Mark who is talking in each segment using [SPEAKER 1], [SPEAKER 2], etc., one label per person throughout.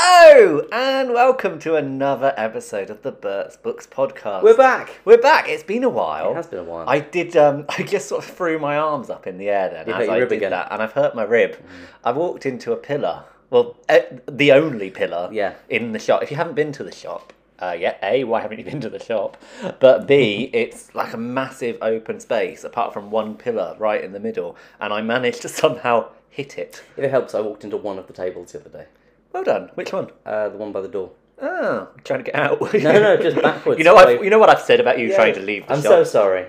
[SPEAKER 1] Hello, and welcome to another episode of the Burt's Books podcast.
[SPEAKER 2] We're back.
[SPEAKER 1] We're back. It's been a while.
[SPEAKER 2] It has been a while.
[SPEAKER 1] I did. Um, I just sort of threw my arms up in the air then
[SPEAKER 2] You
[SPEAKER 1] as
[SPEAKER 2] hurt your
[SPEAKER 1] I
[SPEAKER 2] rib
[SPEAKER 1] did
[SPEAKER 2] again. Mm.
[SPEAKER 1] that, and I've hurt my rib. I walked into a pillar. Well, eh, the only pillar.
[SPEAKER 2] Yeah.
[SPEAKER 1] In the shop. If you haven't been to the shop. Uh, yeah, A, why haven't you been to the shop? But B, it's like a massive open space, apart from one pillar right in the middle, and I managed to somehow hit it.
[SPEAKER 2] If it helps, I walked into one of the tables the other day.
[SPEAKER 1] Well done. Which one?
[SPEAKER 2] Uh, the one by the door.
[SPEAKER 1] Oh, trying to get out.
[SPEAKER 2] No, no, just backwards.
[SPEAKER 1] you know, I've,
[SPEAKER 2] Like-
[SPEAKER 1] you know what I've said about you trying to leave the
[SPEAKER 2] I'm so
[SPEAKER 1] shop.
[SPEAKER 2] sorry.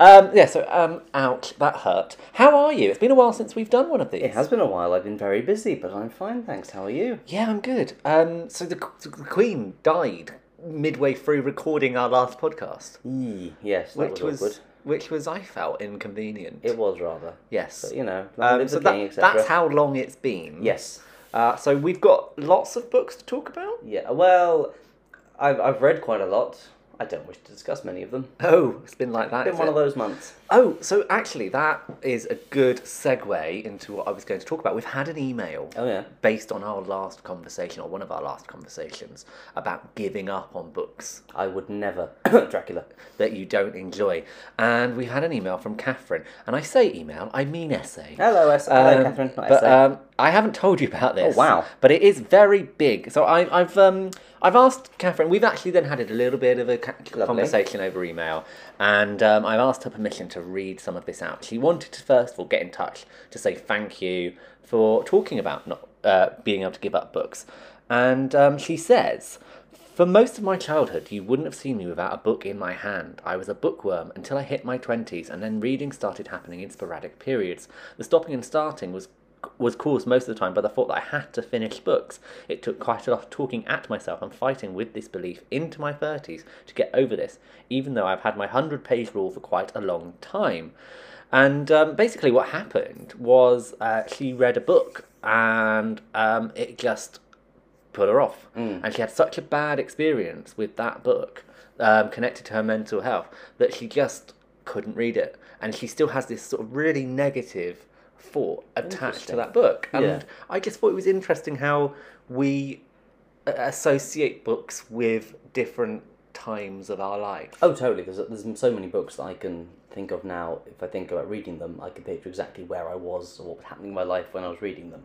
[SPEAKER 1] um, yeah, so um, ouch, that hurt. How are you? It's been a while since we've done one of these.
[SPEAKER 2] It has been a while. I've been very busy, but I'm fine, thanks. How are you?
[SPEAKER 1] Yeah, I'm good. Um, so the, the Queen died midway through recording our last podcast,
[SPEAKER 2] Yes, that
[SPEAKER 1] which
[SPEAKER 2] was,
[SPEAKER 1] was,
[SPEAKER 2] awkward.
[SPEAKER 1] which was I felt inconvenient.
[SPEAKER 2] It was rather.
[SPEAKER 1] yes.
[SPEAKER 2] But, you know,
[SPEAKER 1] Um,
[SPEAKER 2] it's
[SPEAKER 1] so
[SPEAKER 2] a
[SPEAKER 1] that-
[SPEAKER 2] king, etc.
[SPEAKER 1] that's how long it's been.
[SPEAKER 2] Yes.
[SPEAKER 1] Uh, so we've got lots of books to talk about.
[SPEAKER 2] Yeah. Well, I've I've read quite a lot. I don't wish to discuss many of them.
[SPEAKER 1] Oh, it's been like that.
[SPEAKER 2] Been
[SPEAKER 1] is
[SPEAKER 2] one
[SPEAKER 1] it?
[SPEAKER 2] of those months.
[SPEAKER 1] Oh, so actually, that is a good segue into what I was going to talk about. We've had an email
[SPEAKER 2] Oh yeah.
[SPEAKER 1] based on our last conversation, or one of our last conversations, about giving up on books
[SPEAKER 2] I would never Dracula.
[SPEAKER 1] that you don't enjoy. And we had an email from Catherine. And I say email, I mean essay.
[SPEAKER 2] Hello, S- hello,
[SPEAKER 1] Um,
[SPEAKER 2] Oh, Catherine. Not
[SPEAKER 1] but
[SPEAKER 2] essay.
[SPEAKER 1] um, I haven't told you about this.
[SPEAKER 2] Oh, wow.
[SPEAKER 1] But it is very big. So I, I've um, I've asked Catherine. We've actually then had a little bit of a ca- conversation over email, and um, I've asked her permission to read some of this out. She wanted to first of all get in touch to say thank you for talking about not uh, being able to give up books, and um, she says. For most of my childhood, you wouldn't have seen me without a book in my hand. I was a bookworm until I hit my 20s, and then reading started happening in sporadic periods. The stopping and starting was was caused most of the time by the thought that I had to finish books. It took quite a lot of talking at myself and fighting with this belief into my 30s to get over this, even though I've had my 100 page rule for quite a long time. And um, basically, what happened was uh, she read a book and um, it just put her off.
[SPEAKER 2] Mm.
[SPEAKER 1] And she had such a bad experience with that book, um, connected to her mental health, that she just couldn't read it. And she still has this sort of really negative thought attached to
[SPEAKER 2] Interesting.
[SPEAKER 1] that book. And
[SPEAKER 2] Yeah.
[SPEAKER 1] I just thought it was interesting how we uh, associate books with different times of our life.
[SPEAKER 2] Oh, totally. There's there's so many books that I can think of now. If I think about reading them, I can picture exactly where I was or what was happening in my life when I was reading them.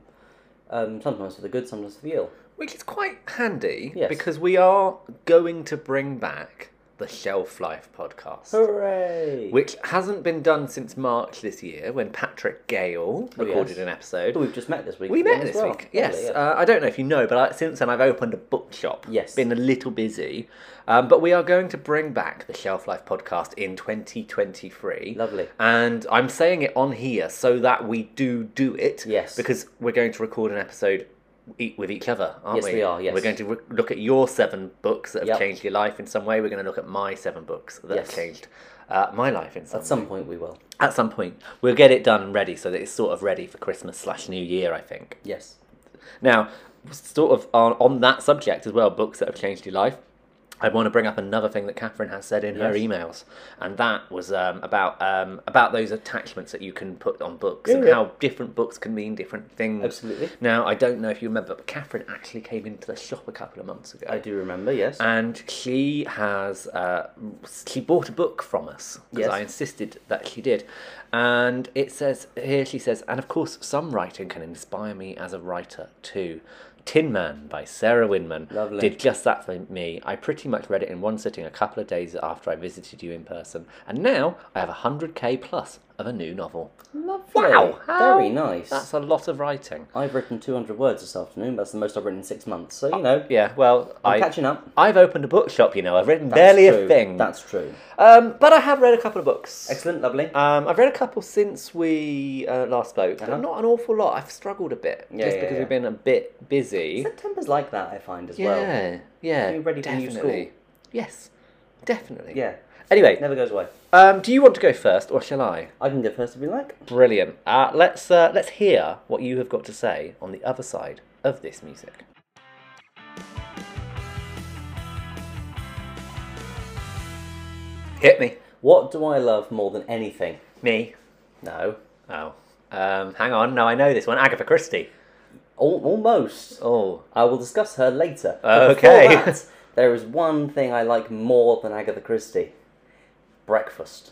[SPEAKER 2] Um, sometimes for the good, sometimes for the ill.
[SPEAKER 1] Which is quite handy
[SPEAKER 2] Yes.
[SPEAKER 1] because we are going to bring back the Shelf Life podcast.
[SPEAKER 2] Hooray!
[SPEAKER 1] which hasn't been done since March this year when Patrick Gale recorded
[SPEAKER 2] Oh, yes.
[SPEAKER 1] an episode.
[SPEAKER 2] We've just met this week.
[SPEAKER 1] We
[SPEAKER 2] again
[SPEAKER 1] met
[SPEAKER 2] as
[SPEAKER 1] this
[SPEAKER 2] well.
[SPEAKER 1] week, yes.
[SPEAKER 2] Lovely, yeah.
[SPEAKER 1] Uh, I don't know if you know, but I, since then I've opened a bookshop.
[SPEAKER 2] Yes.
[SPEAKER 1] Been a little busy. Um, but we are going to bring back the Shelf Life podcast in 2023.
[SPEAKER 2] Lovely.
[SPEAKER 1] And I'm saying it on here so that we do do it.
[SPEAKER 2] Yes.
[SPEAKER 1] Because we're going to record an episode e- with each other, aren't
[SPEAKER 2] Yes,
[SPEAKER 1] we?
[SPEAKER 2] we are, yes.
[SPEAKER 1] We're going to re- look at your seven books that have
[SPEAKER 2] Yep.
[SPEAKER 1] changed your life in some way. We're going to look at my seven books that have
[SPEAKER 2] Yes.
[SPEAKER 1] changed uh, my life in some
[SPEAKER 2] At some point we will.
[SPEAKER 1] at some point, we'll get it done and ready so that it's sort of ready for Christmas slash New Year, I think.
[SPEAKER 2] Yes.
[SPEAKER 1] Now, sort of on, on that subject as well, books that have changed your life, I want to bring up another thing that Catherine has said in her
[SPEAKER 2] Yes.
[SPEAKER 1] emails, and that was um, about um, about those attachments that you can put on books and
[SPEAKER 2] yeah.
[SPEAKER 1] how different books can mean different things.
[SPEAKER 2] Absolutely.
[SPEAKER 1] Now, I don't know if you remember, but Catherine actually came into the shop a couple of months ago
[SPEAKER 2] I do remember. Yes.
[SPEAKER 1] and she has uh, she bought a book from us because
[SPEAKER 2] Yes.
[SPEAKER 1] I insisted that she did, and it says here she says, and of course some writing can inspire me as a writer too. Tin Man by Sarah Winman
[SPEAKER 2] Lovely.
[SPEAKER 1] did just that for me. I pretty much read it in one sitting a couple of days after I visited you in person, and now I have hundred k plus of a new novel.
[SPEAKER 2] Lovely.
[SPEAKER 1] Wow, how-
[SPEAKER 2] Very nice.
[SPEAKER 1] That's a lot of writing.
[SPEAKER 2] I've written 200 words this afternoon. That's the most I've written in six months. So you know,
[SPEAKER 1] Yeah, well, Oh,
[SPEAKER 2] I'm
[SPEAKER 1] I,
[SPEAKER 2] catching up.
[SPEAKER 1] I've opened a bookshop. You know, I've written
[SPEAKER 2] That's
[SPEAKER 1] barely a
[SPEAKER 2] true.
[SPEAKER 1] thing.
[SPEAKER 2] That's true.
[SPEAKER 1] Um, but I have read a couple of books.
[SPEAKER 2] Excellent. Lovely.
[SPEAKER 1] Um, I've read a couple since we uh, last spoke, but not an awful lot. I've struggled a bit
[SPEAKER 2] Yeah,
[SPEAKER 1] just
[SPEAKER 2] yeah,
[SPEAKER 1] because
[SPEAKER 2] yeah.
[SPEAKER 1] we've been a bit busy.
[SPEAKER 2] September's like that. I find as well.
[SPEAKER 1] yeah, yeah.
[SPEAKER 2] Are you ready for new
[SPEAKER 1] definitely.
[SPEAKER 2] school?
[SPEAKER 1] Yes, definitely.
[SPEAKER 2] Yeah.
[SPEAKER 1] Anyway,
[SPEAKER 2] It never goes away.
[SPEAKER 1] um, do you want to go first, or shall I?
[SPEAKER 2] I can go first if you like.
[SPEAKER 1] Brilliant. Uh, let's uh, let's hear what you have got to say on the other side of this music. Hit me,
[SPEAKER 2] What do I love more than anything?
[SPEAKER 1] me.
[SPEAKER 2] No.
[SPEAKER 1] Oh, um, hang on. No, I know this one. Agatha Christie.
[SPEAKER 2] Al- almost.
[SPEAKER 1] Oh,
[SPEAKER 2] I will discuss her later.
[SPEAKER 1] Uh,
[SPEAKER 2] But before
[SPEAKER 1] okay.
[SPEAKER 2] that, there is one thing I like more than Agatha Christie breakfast.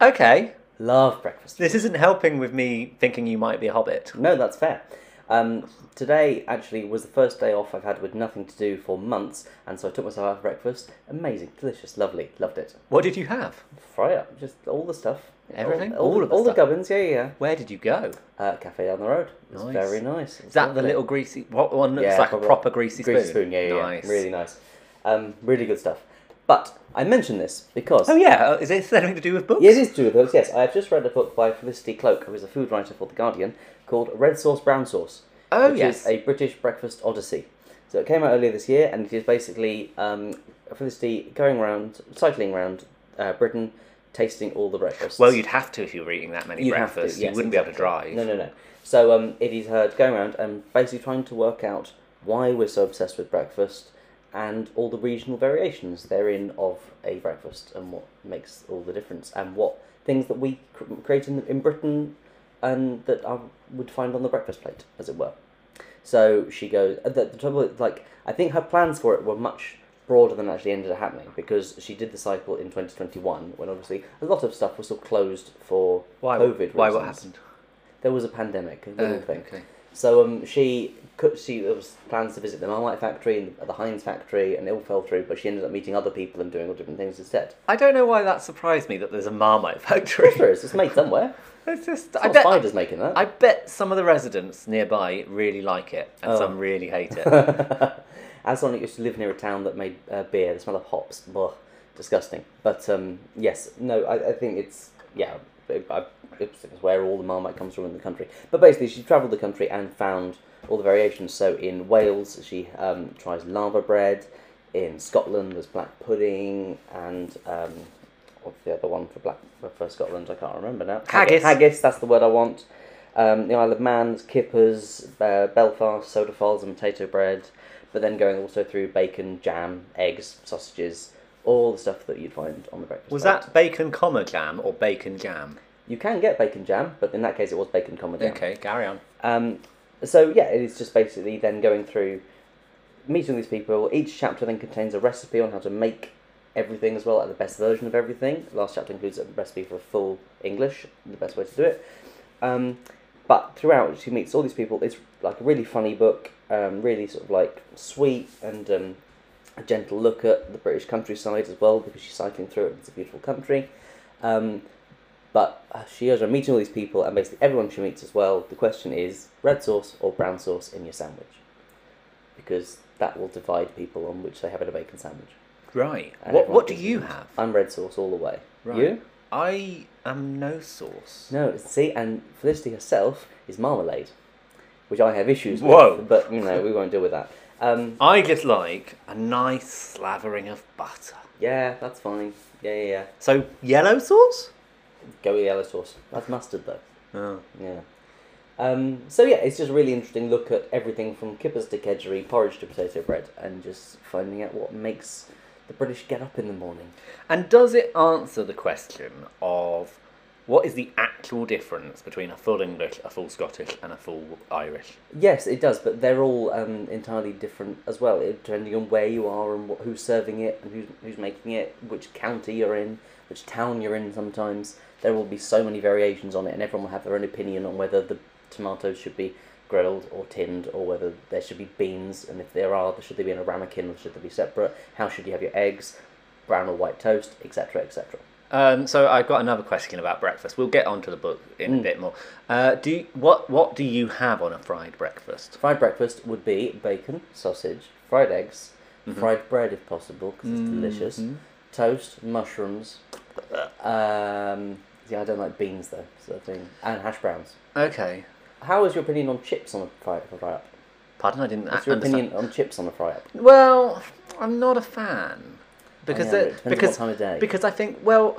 [SPEAKER 1] okay.
[SPEAKER 2] Love breakfast.
[SPEAKER 1] This isn't helping with me thinking you might be a hobbit.
[SPEAKER 2] No, that's fair. Um, today actually was the first day off I've had with nothing to do for months, and so I took myself out for breakfast. Amazing, delicious, lovely, loved it.
[SPEAKER 1] What did you have?
[SPEAKER 2] Fry up, just all the stuff,
[SPEAKER 1] Everything?
[SPEAKER 2] all, all,
[SPEAKER 1] All
[SPEAKER 2] the,
[SPEAKER 1] of the
[SPEAKER 2] all the
[SPEAKER 1] stuff?
[SPEAKER 2] gubbins. Yeah, yeah.
[SPEAKER 1] Where did you go?
[SPEAKER 2] yeah. Uh, cafe down the road. It was
[SPEAKER 1] Nice.
[SPEAKER 2] very nice. It was
[SPEAKER 1] Is that the
[SPEAKER 2] lovely.
[SPEAKER 1] little greasy? What one looks
[SPEAKER 2] Yeah,
[SPEAKER 1] like
[SPEAKER 2] proper-
[SPEAKER 1] a proper greasy spoon?
[SPEAKER 2] greasy spoon? Yeah, yeah, yeah.
[SPEAKER 1] nice.
[SPEAKER 2] really nice. Um, really good stuff. But I mention this because
[SPEAKER 1] Oh yeah, uh, is it something to do with books?
[SPEAKER 2] Yeah, it is two of those, yes. I have just read a book by Felicity Cloak, who is a food writer for The Guardian, called Red Sauce, Brown Sauce.
[SPEAKER 1] Oh,
[SPEAKER 2] which
[SPEAKER 1] yes.
[SPEAKER 2] is a British breakfast odyssey. So it came out earlier this year, and it is basically um, Felicity going around, cycling around uh, Britain, tasting all the breakfasts.
[SPEAKER 1] Well, you'd have to if you were eating that many
[SPEAKER 2] You'd have to,
[SPEAKER 1] breakfasts.
[SPEAKER 2] yes,
[SPEAKER 1] you wouldn't be able to drive.
[SPEAKER 2] No, no, no. So um, it is her going around and basically trying to work out why we're so obsessed with breakfast and all the regional variations therein of a breakfast and what makes all the difference and what things that we cr- create in, in Britain and that I would find on the breakfast plate, as it were. So she goes. uh, The, the trouble is, like, I think her plans for it were much broader than actually ended up happening because she did the cycle in 2021 when obviously a lot of stuff was still closed for
[SPEAKER 1] Why?
[SPEAKER 2] COVID.
[SPEAKER 1] why? What
[SPEAKER 2] reasons
[SPEAKER 1] happened?
[SPEAKER 2] there was a pandemic, a
[SPEAKER 1] Uh,
[SPEAKER 2] little thing.
[SPEAKER 1] okay.
[SPEAKER 2] So um, she could, she there was plans to visit the Marmite factory and the Heinz factory, and it all fell through. But she ended up meeting other people and doing all different things instead.
[SPEAKER 1] I don't know why that surprised me that there's a Marmite factory.
[SPEAKER 2] Sure, it's it's made somewhere.
[SPEAKER 1] It's just
[SPEAKER 2] It's
[SPEAKER 1] I
[SPEAKER 2] not
[SPEAKER 1] bet
[SPEAKER 2] spiders making that.
[SPEAKER 1] I bet some of the residents nearby really like it and
[SPEAKER 2] Oh.
[SPEAKER 1] some really hate it.
[SPEAKER 2] As someone who used to live near a town that made uh, beer, the smell of hops, blah, disgusting. But um, yes, no, I, I think it's yeah, it, I, it's, it's where all the marmite comes from in the country. But basically, she travelled the country and found all the variations. So in Wales, she um, tries lava bread. In Scotland, there's black pudding and. Um, What's the other one for black for, for Scotland? I can't remember now.
[SPEAKER 1] Haggis.
[SPEAKER 2] Haggis. That's the word I want. Um, the Isle of Man, there's kippers, uh, Belfast, soda falls, and potato bread, but then going also through bacon, jam, eggs, sausages, all the stuff that you'd find on the breakfast.
[SPEAKER 1] Was
[SPEAKER 2] plate.
[SPEAKER 1] that bacon comma jam or bacon jam?
[SPEAKER 2] You can get bacon jam, but in that case, it was bacon comedy.
[SPEAKER 1] Okay, carry on.
[SPEAKER 2] Um, so yeah, it is just basically then going through meeting these people. Each chapter then contains a recipe on how to make everything as well, like the best version of everything. Last chapter includes a recipe for full English, the best way to do it. Um, but throughout, she meets all these people. It's like a really funny book, um, really sort of like sweet and um, a gentle look at the British countryside as well because she's cycling through it. It's a beautiful country. Um, but uh, she goes around meeting all these people, and basically everyone she meets as well. The question is red sauce or brown sauce in your sandwich, because that will divide people on which they have in a bacon sandwich.
[SPEAKER 1] Right.
[SPEAKER 2] And
[SPEAKER 1] What
[SPEAKER 2] everyone
[SPEAKER 1] What do
[SPEAKER 2] thinks
[SPEAKER 1] you
[SPEAKER 2] it's-
[SPEAKER 1] have?
[SPEAKER 2] I'm red sauce all the way.
[SPEAKER 1] Right.
[SPEAKER 2] You?
[SPEAKER 1] I am no sauce.
[SPEAKER 2] No. See, and Felicity herself is marmalade, which I have issues
[SPEAKER 1] Whoa.
[SPEAKER 2] with. But you know we won't deal with that. Um,
[SPEAKER 1] I just like a nice slavering of butter.
[SPEAKER 2] yeah, that's fine. Yeah, yeah, yeah.
[SPEAKER 1] So yellow sauce?
[SPEAKER 2] Go with yellow sauce. That's mustard though.
[SPEAKER 1] Oh.
[SPEAKER 2] Yeah. Um, so yeah, it's just a really interesting look at everything from kippers to kedgeree, porridge to potato bread, and just finding out what makes the British get up in the morning.
[SPEAKER 1] And does it answer the question of what is the actual difference between a full English, a full Scottish, and a full Irish?
[SPEAKER 2] Yes, it does, but they're all um, entirely different as well, it- depending on where you are and what, who's serving it and who's, who's making it, which county you're in, which town you're in sometimes. There will be so many variations on it, and everyone will have their own opinion on whether the tomatoes should be grilled or tinned, or whether there should be beans, and if there are, should they be in a ramekin or should they be separate? How should you have your eggs? Brown or white toast, etc., etc.
[SPEAKER 1] Um, so I've got another question about breakfast. We'll get onto the book in
[SPEAKER 2] Mm.
[SPEAKER 1] a bit more. Uh, do you, what What do you have on a fried breakfast?
[SPEAKER 2] Fried breakfast would be bacon, sausage, fried eggs, fried bread if possible because it's
[SPEAKER 1] Mm-hmm.
[SPEAKER 2] delicious, toast, mushrooms. Um, yeah, I don't like beans though, sort of thing, and hash browns.
[SPEAKER 1] Okay.
[SPEAKER 2] How is your opinion on chips on a fry, on a fry up?
[SPEAKER 1] Pardon, I didn't.
[SPEAKER 2] What's your
[SPEAKER 1] understand.
[SPEAKER 2] opinion on chips on a fry up?
[SPEAKER 1] Well, I'm not a fan because
[SPEAKER 2] Yeah,
[SPEAKER 1] they're-
[SPEAKER 2] it depends on what
[SPEAKER 1] because
[SPEAKER 2] time of day.
[SPEAKER 1] because I think well,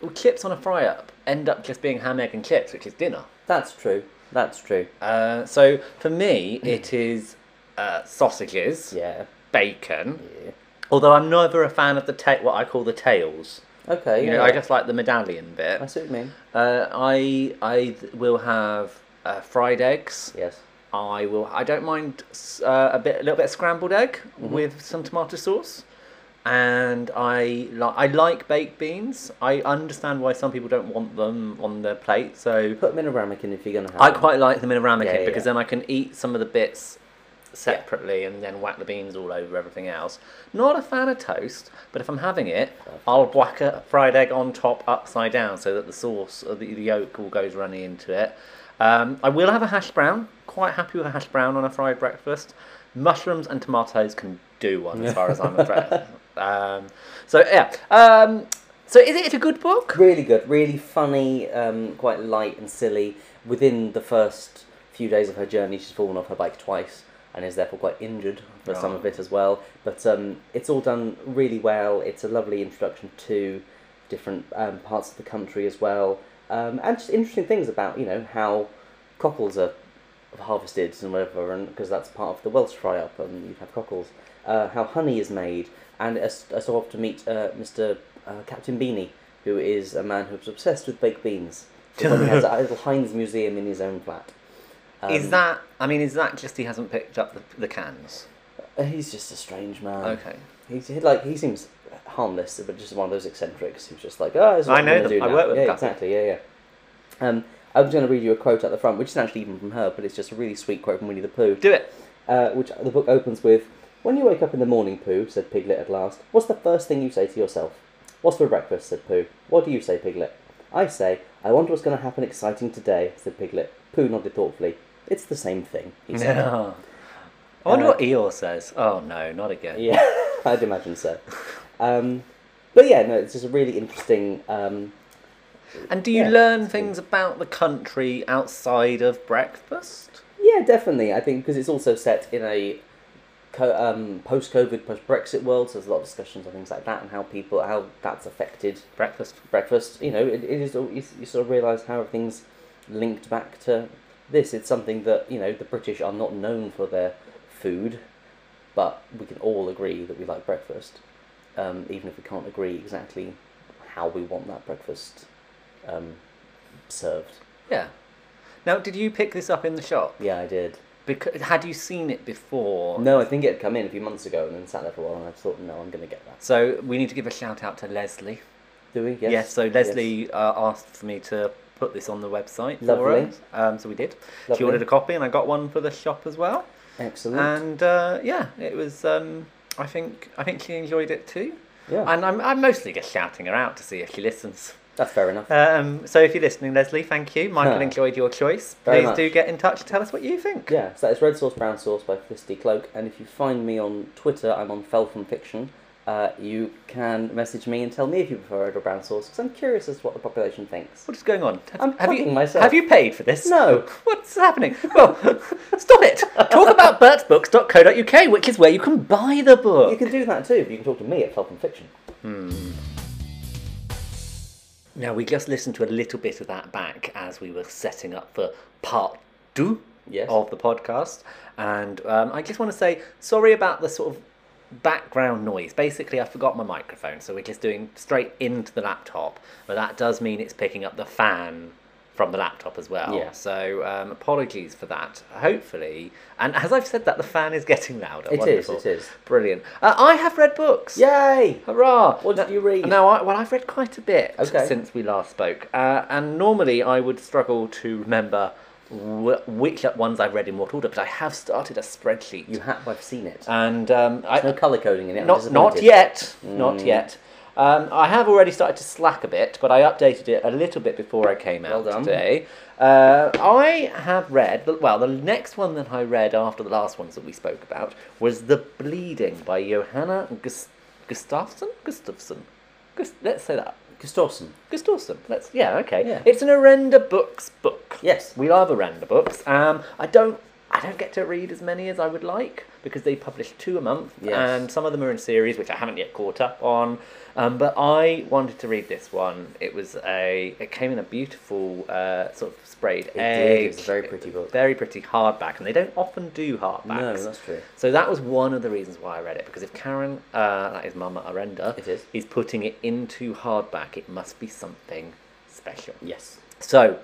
[SPEAKER 1] well, chips on a fry up end up just being ham egg and chips, which is dinner.
[SPEAKER 2] That's true. That's true.
[SPEAKER 1] Uh, so for me, it is uh, sausages,
[SPEAKER 2] Mm. Yeah.
[SPEAKER 1] bacon.
[SPEAKER 2] yeah.
[SPEAKER 1] Although I'm never a fan of the ta- what I call the tails.
[SPEAKER 2] Okay.
[SPEAKER 1] You
[SPEAKER 2] Oh, yeah.
[SPEAKER 1] know, I just like the medallion bit.
[SPEAKER 2] I see what you mean.
[SPEAKER 1] Uh, I I th- will have uh, fried eggs.
[SPEAKER 2] Yes.
[SPEAKER 1] I will. I don't mind s- uh, a bit, a little bit of scrambled egg with some tomato sauce, and I like I like baked beans. I understand why some people don't want them on their plate. So
[SPEAKER 2] Put them in a ramekin if you're going to have
[SPEAKER 1] I
[SPEAKER 2] them.
[SPEAKER 1] quite like them in a ramekin
[SPEAKER 2] Yeah, yeah,
[SPEAKER 1] because
[SPEAKER 2] yeah.
[SPEAKER 1] then I can eat some of the bits separately and then whack the beans all over everything else. Not a fan of toast, but if I'm having it, I'll whack a fried egg on top upside down so that the sauce, or the, the yolk, all goes running into it. Um, I will have a hash brown. Quite happy with a hash brown on a fried breakfast. Mushrooms and tomatoes can do one as far as I'm aware. Um, so yeah. Um, so is it a good book?
[SPEAKER 2] Really good, really funny, um, quite light and silly. Within the first few days of her journey, she's fallen off her bike twice and is therefore quite injured for some
[SPEAKER 1] Right.
[SPEAKER 2] of it as well. But um, it's all done really well. It's a lovely introduction to different um, parts of the country as well, um, and just interesting things about you know how cockles are harvested and whatever, and because that's part of the Welsh fry up, and you have cockles. Uh, how honey is made, and I s- I so off to meet uh, Mr. Uh, Captain Beanie, who is a man who's obsessed with baked beans. He probably has a little Heinz museum in his own flat. Um,
[SPEAKER 1] is that? I mean, is that just he hasn't picked up the, the cans?
[SPEAKER 2] uh, He's just a strange man.
[SPEAKER 1] Okay.
[SPEAKER 2] He's he, like he seems harmless, but just one of those eccentrics who's just like, oh, this is what
[SPEAKER 1] I
[SPEAKER 2] I'm
[SPEAKER 1] know
[SPEAKER 2] gonna
[SPEAKER 1] them.
[SPEAKER 2] do
[SPEAKER 1] I
[SPEAKER 2] now."
[SPEAKER 1] work with
[SPEAKER 2] yeah,
[SPEAKER 1] them.
[SPEAKER 2] exactly, yeah, yeah. Um, I was going to read you a quote at the front, which isn't actually even from her, but it's just a really sweet quote from Winnie the Pooh,
[SPEAKER 1] Do it.
[SPEAKER 2] uh, which the book opens with, "When you wake up in the morning, Pooh," said Piglet at last, "what's the first thing you say to yourself?" "What's for breakfast?" said Pooh. "What do you say, Piglet?" "I say, I wonder what's going to happen exciting today," said Piglet. Pooh nodded thoughtfully. "It's the same thing," he said.
[SPEAKER 1] Yeah. I wonder
[SPEAKER 2] Uh,
[SPEAKER 1] what Eeyore says. Oh no, not again.
[SPEAKER 2] Yeah, I'd imagine so. Um, but yeah, no, it's just a really interesting. Um,
[SPEAKER 1] And do you
[SPEAKER 2] Yeah.
[SPEAKER 1] learn things about the country outside of breakfast?
[SPEAKER 2] yeah, definitely. I think because it's also set in a co- um, post-COVID, post-Brexit world, so there's a lot of discussions on things like that and how people how that's affected
[SPEAKER 1] Breakfast.
[SPEAKER 2] breakfast. You know, it, it is you, you sort of realise how everything's linked back to this. It's something that you know the British are not known for their food, but we can all agree that we like breakfast, um, even if we can't agree exactly how we want that breakfast um, served.
[SPEAKER 1] Yeah. Now, did you pick this up in the shop?
[SPEAKER 2] Yeah, I did.
[SPEAKER 1] Because had you seen it before?
[SPEAKER 2] No, I think it had come in a few months ago and then sat there for a while, and I thought, no, I'm going to get that.
[SPEAKER 1] So we need to give a shout out to Leslie.
[SPEAKER 2] Do we? Yes.
[SPEAKER 1] Yes. so Leslie Uh, asked for me to put this on the website for
[SPEAKER 2] Lovely.
[SPEAKER 1] us. Um, so we did. She
[SPEAKER 2] Lovely.
[SPEAKER 1] ordered a copy, and I got one for the shop as well.
[SPEAKER 2] Excellent.
[SPEAKER 1] And uh, yeah, it was. Um, I think I think she enjoyed it too.
[SPEAKER 2] yeah.
[SPEAKER 1] And I'm, I'm mostly just shouting her out to see if she listens.
[SPEAKER 2] That's fair enough.
[SPEAKER 1] Um, so if you're listening, Leslie, thank you. Michael
[SPEAKER 2] Huh.
[SPEAKER 1] enjoyed your choice.
[SPEAKER 2] Very
[SPEAKER 1] Please
[SPEAKER 2] much.
[SPEAKER 1] do get in touch and tell us what you think.
[SPEAKER 2] Yeah, so that is Red Sauce Brown Sauce by Felicity Cloak. And if you find me on Twitter, I'm on Fell from Fiction. Uh, you can message me and tell me if you prefer red or brown sauce, because I'm curious as to what the population thinks.
[SPEAKER 1] What is going on? Have,
[SPEAKER 2] I'm
[SPEAKER 1] have you
[SPEAKER 2] plugging myself.
[SPEAKER 1] have you paid for this?
[SPEAKER 2] No.
[SPEAKER 1] What's happening? Well, stop it. Talk about birtbooks.co.uk, which is where you can buy the book.
[SPEAKER 2] You can do that too, but you can talk to me at Fell from Fiction.
[SPEAKER 1] Now we just listened to a little bit of that back as we were setting up for part two
[SPEAKER 2] Yes.
[SPEAKER 1] of the podcast, and um, I just want to say sorry about the sort of background noise. Basically, I forgot my microphone, so we're just doing straight into the laptop, but that does mean it's picking up the fan from the laptop as well.
[SPEAKER 2] Yeah.
[SPEAKER 1] So um, apologies for that. Hopefully, and as I've said that, the fan is getting louder.
[SPEAKER 2] It is, it is.
[SPEAKER 1] Brilliant. Uh, I have read books.
[SPEAKER 2] Yay!
[SPEAKER 1] Hurrah!
[SPEAKER 2] What did
[SPEAKER 1] No-
[SPEAKER 2] you read?
[SPEAKER 1] No, I, well, I've read quite a bit
[SPEAKER 2] Okay.
[SPEAKER 1] since we last spoke, uh, and normally I would struggle to remember wh- which ones I've read in what order, but I have started a spreadsheet,
[SPEAKER 2] You have, I've seen it.
[SPEAKER 1] and um, I,
[SPEAKER 2] no colour coding in it. Mm. I'm
[SPEAKER 1] not not
[SPEAKER 2] disappointed.
[SPEAKER 1] yet, not yet. Um, I have already started to slack a bit, but I updated it a little bit before I came out
[SPEAKER 2] Well done.
[SPEAKER 1] today. Uh, I have read well. The next one that I read after the last ones that we spoke about was "The Bleeding" by Johanna Gus- Gustafsson. Gustafsson. Gus- let's say that
[SPEAKER 2] Gustafsson.
[SPEAKER 1] Gustafsson. Let's yeah okay.
[SPEAKER 2] Yeah.
[SPEAKER 1] It's an Arenda Books book.
[SPEAKER 2] Yes.
[SPEAKER 1] We love Aranda books. Um, I don't. I don't get to read as many as I would like because they publish two a month,
[SPEAKER 2] Yes.
[SPEAKER 1] and some of them are in series, which I haven't yet caught up on. Um, but I wanted to read this one. It was a. It came in a beautiful uh, sort of sprayed
[SPEAKER 2] did.
[SPEAKER 1] egg.
[SPEAKER 2] It was a very pretty book.
[SPEAKER 1] Very pretty hardback, and they don't often do hardbacks.
[SPEAKER 2] No, that's true.
[SPEAKER 1] So that was one of the reasons why I read it because if Karen, uh, that is Mama Arenda,
[SPEAKER 2] It is.
[SPEAKER 1] is putting it into hardback, it must be something special.
[SPEAKER 2] Yes.
[SPEAKER 1] So,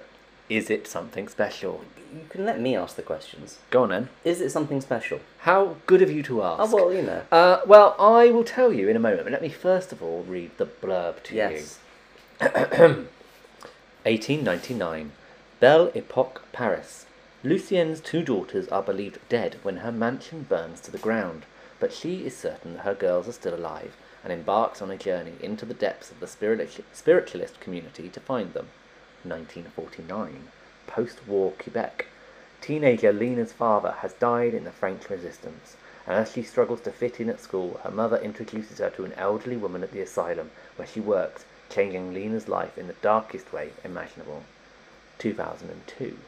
[SPEAKER 1] Is it something special?
[SPEAKER 2] You can let me ask the questions.
[SPEAKER 1] Go on then.
[SPEAKER 2] Is it something special?
[SPEAKER 1] How good of you to ask.
[SPEAKER 2] Oh, well, you know.
[SPEAKER 1] Uh, well, I will tell you in a moment. But let me first of all read the blurb to you.
[SPEAKER 2] Yes.
[SPEAKER 1] 1899. Belle Epoque, Paris. Lucien's two daughters are believed dead when her mansion burns to the ground, but she is certain that her girls are still alive and embarks on a journey into the depths of the spiritual- spiritualist community to find them. 1949. Post war Quebec. Teenager Lena's father has died in the French resistance, and as she struggles to fit in at school, her mother introduces her to an elderly woman at the asylum where she works, changing Lena's life in the darkest way imaginable. 2002.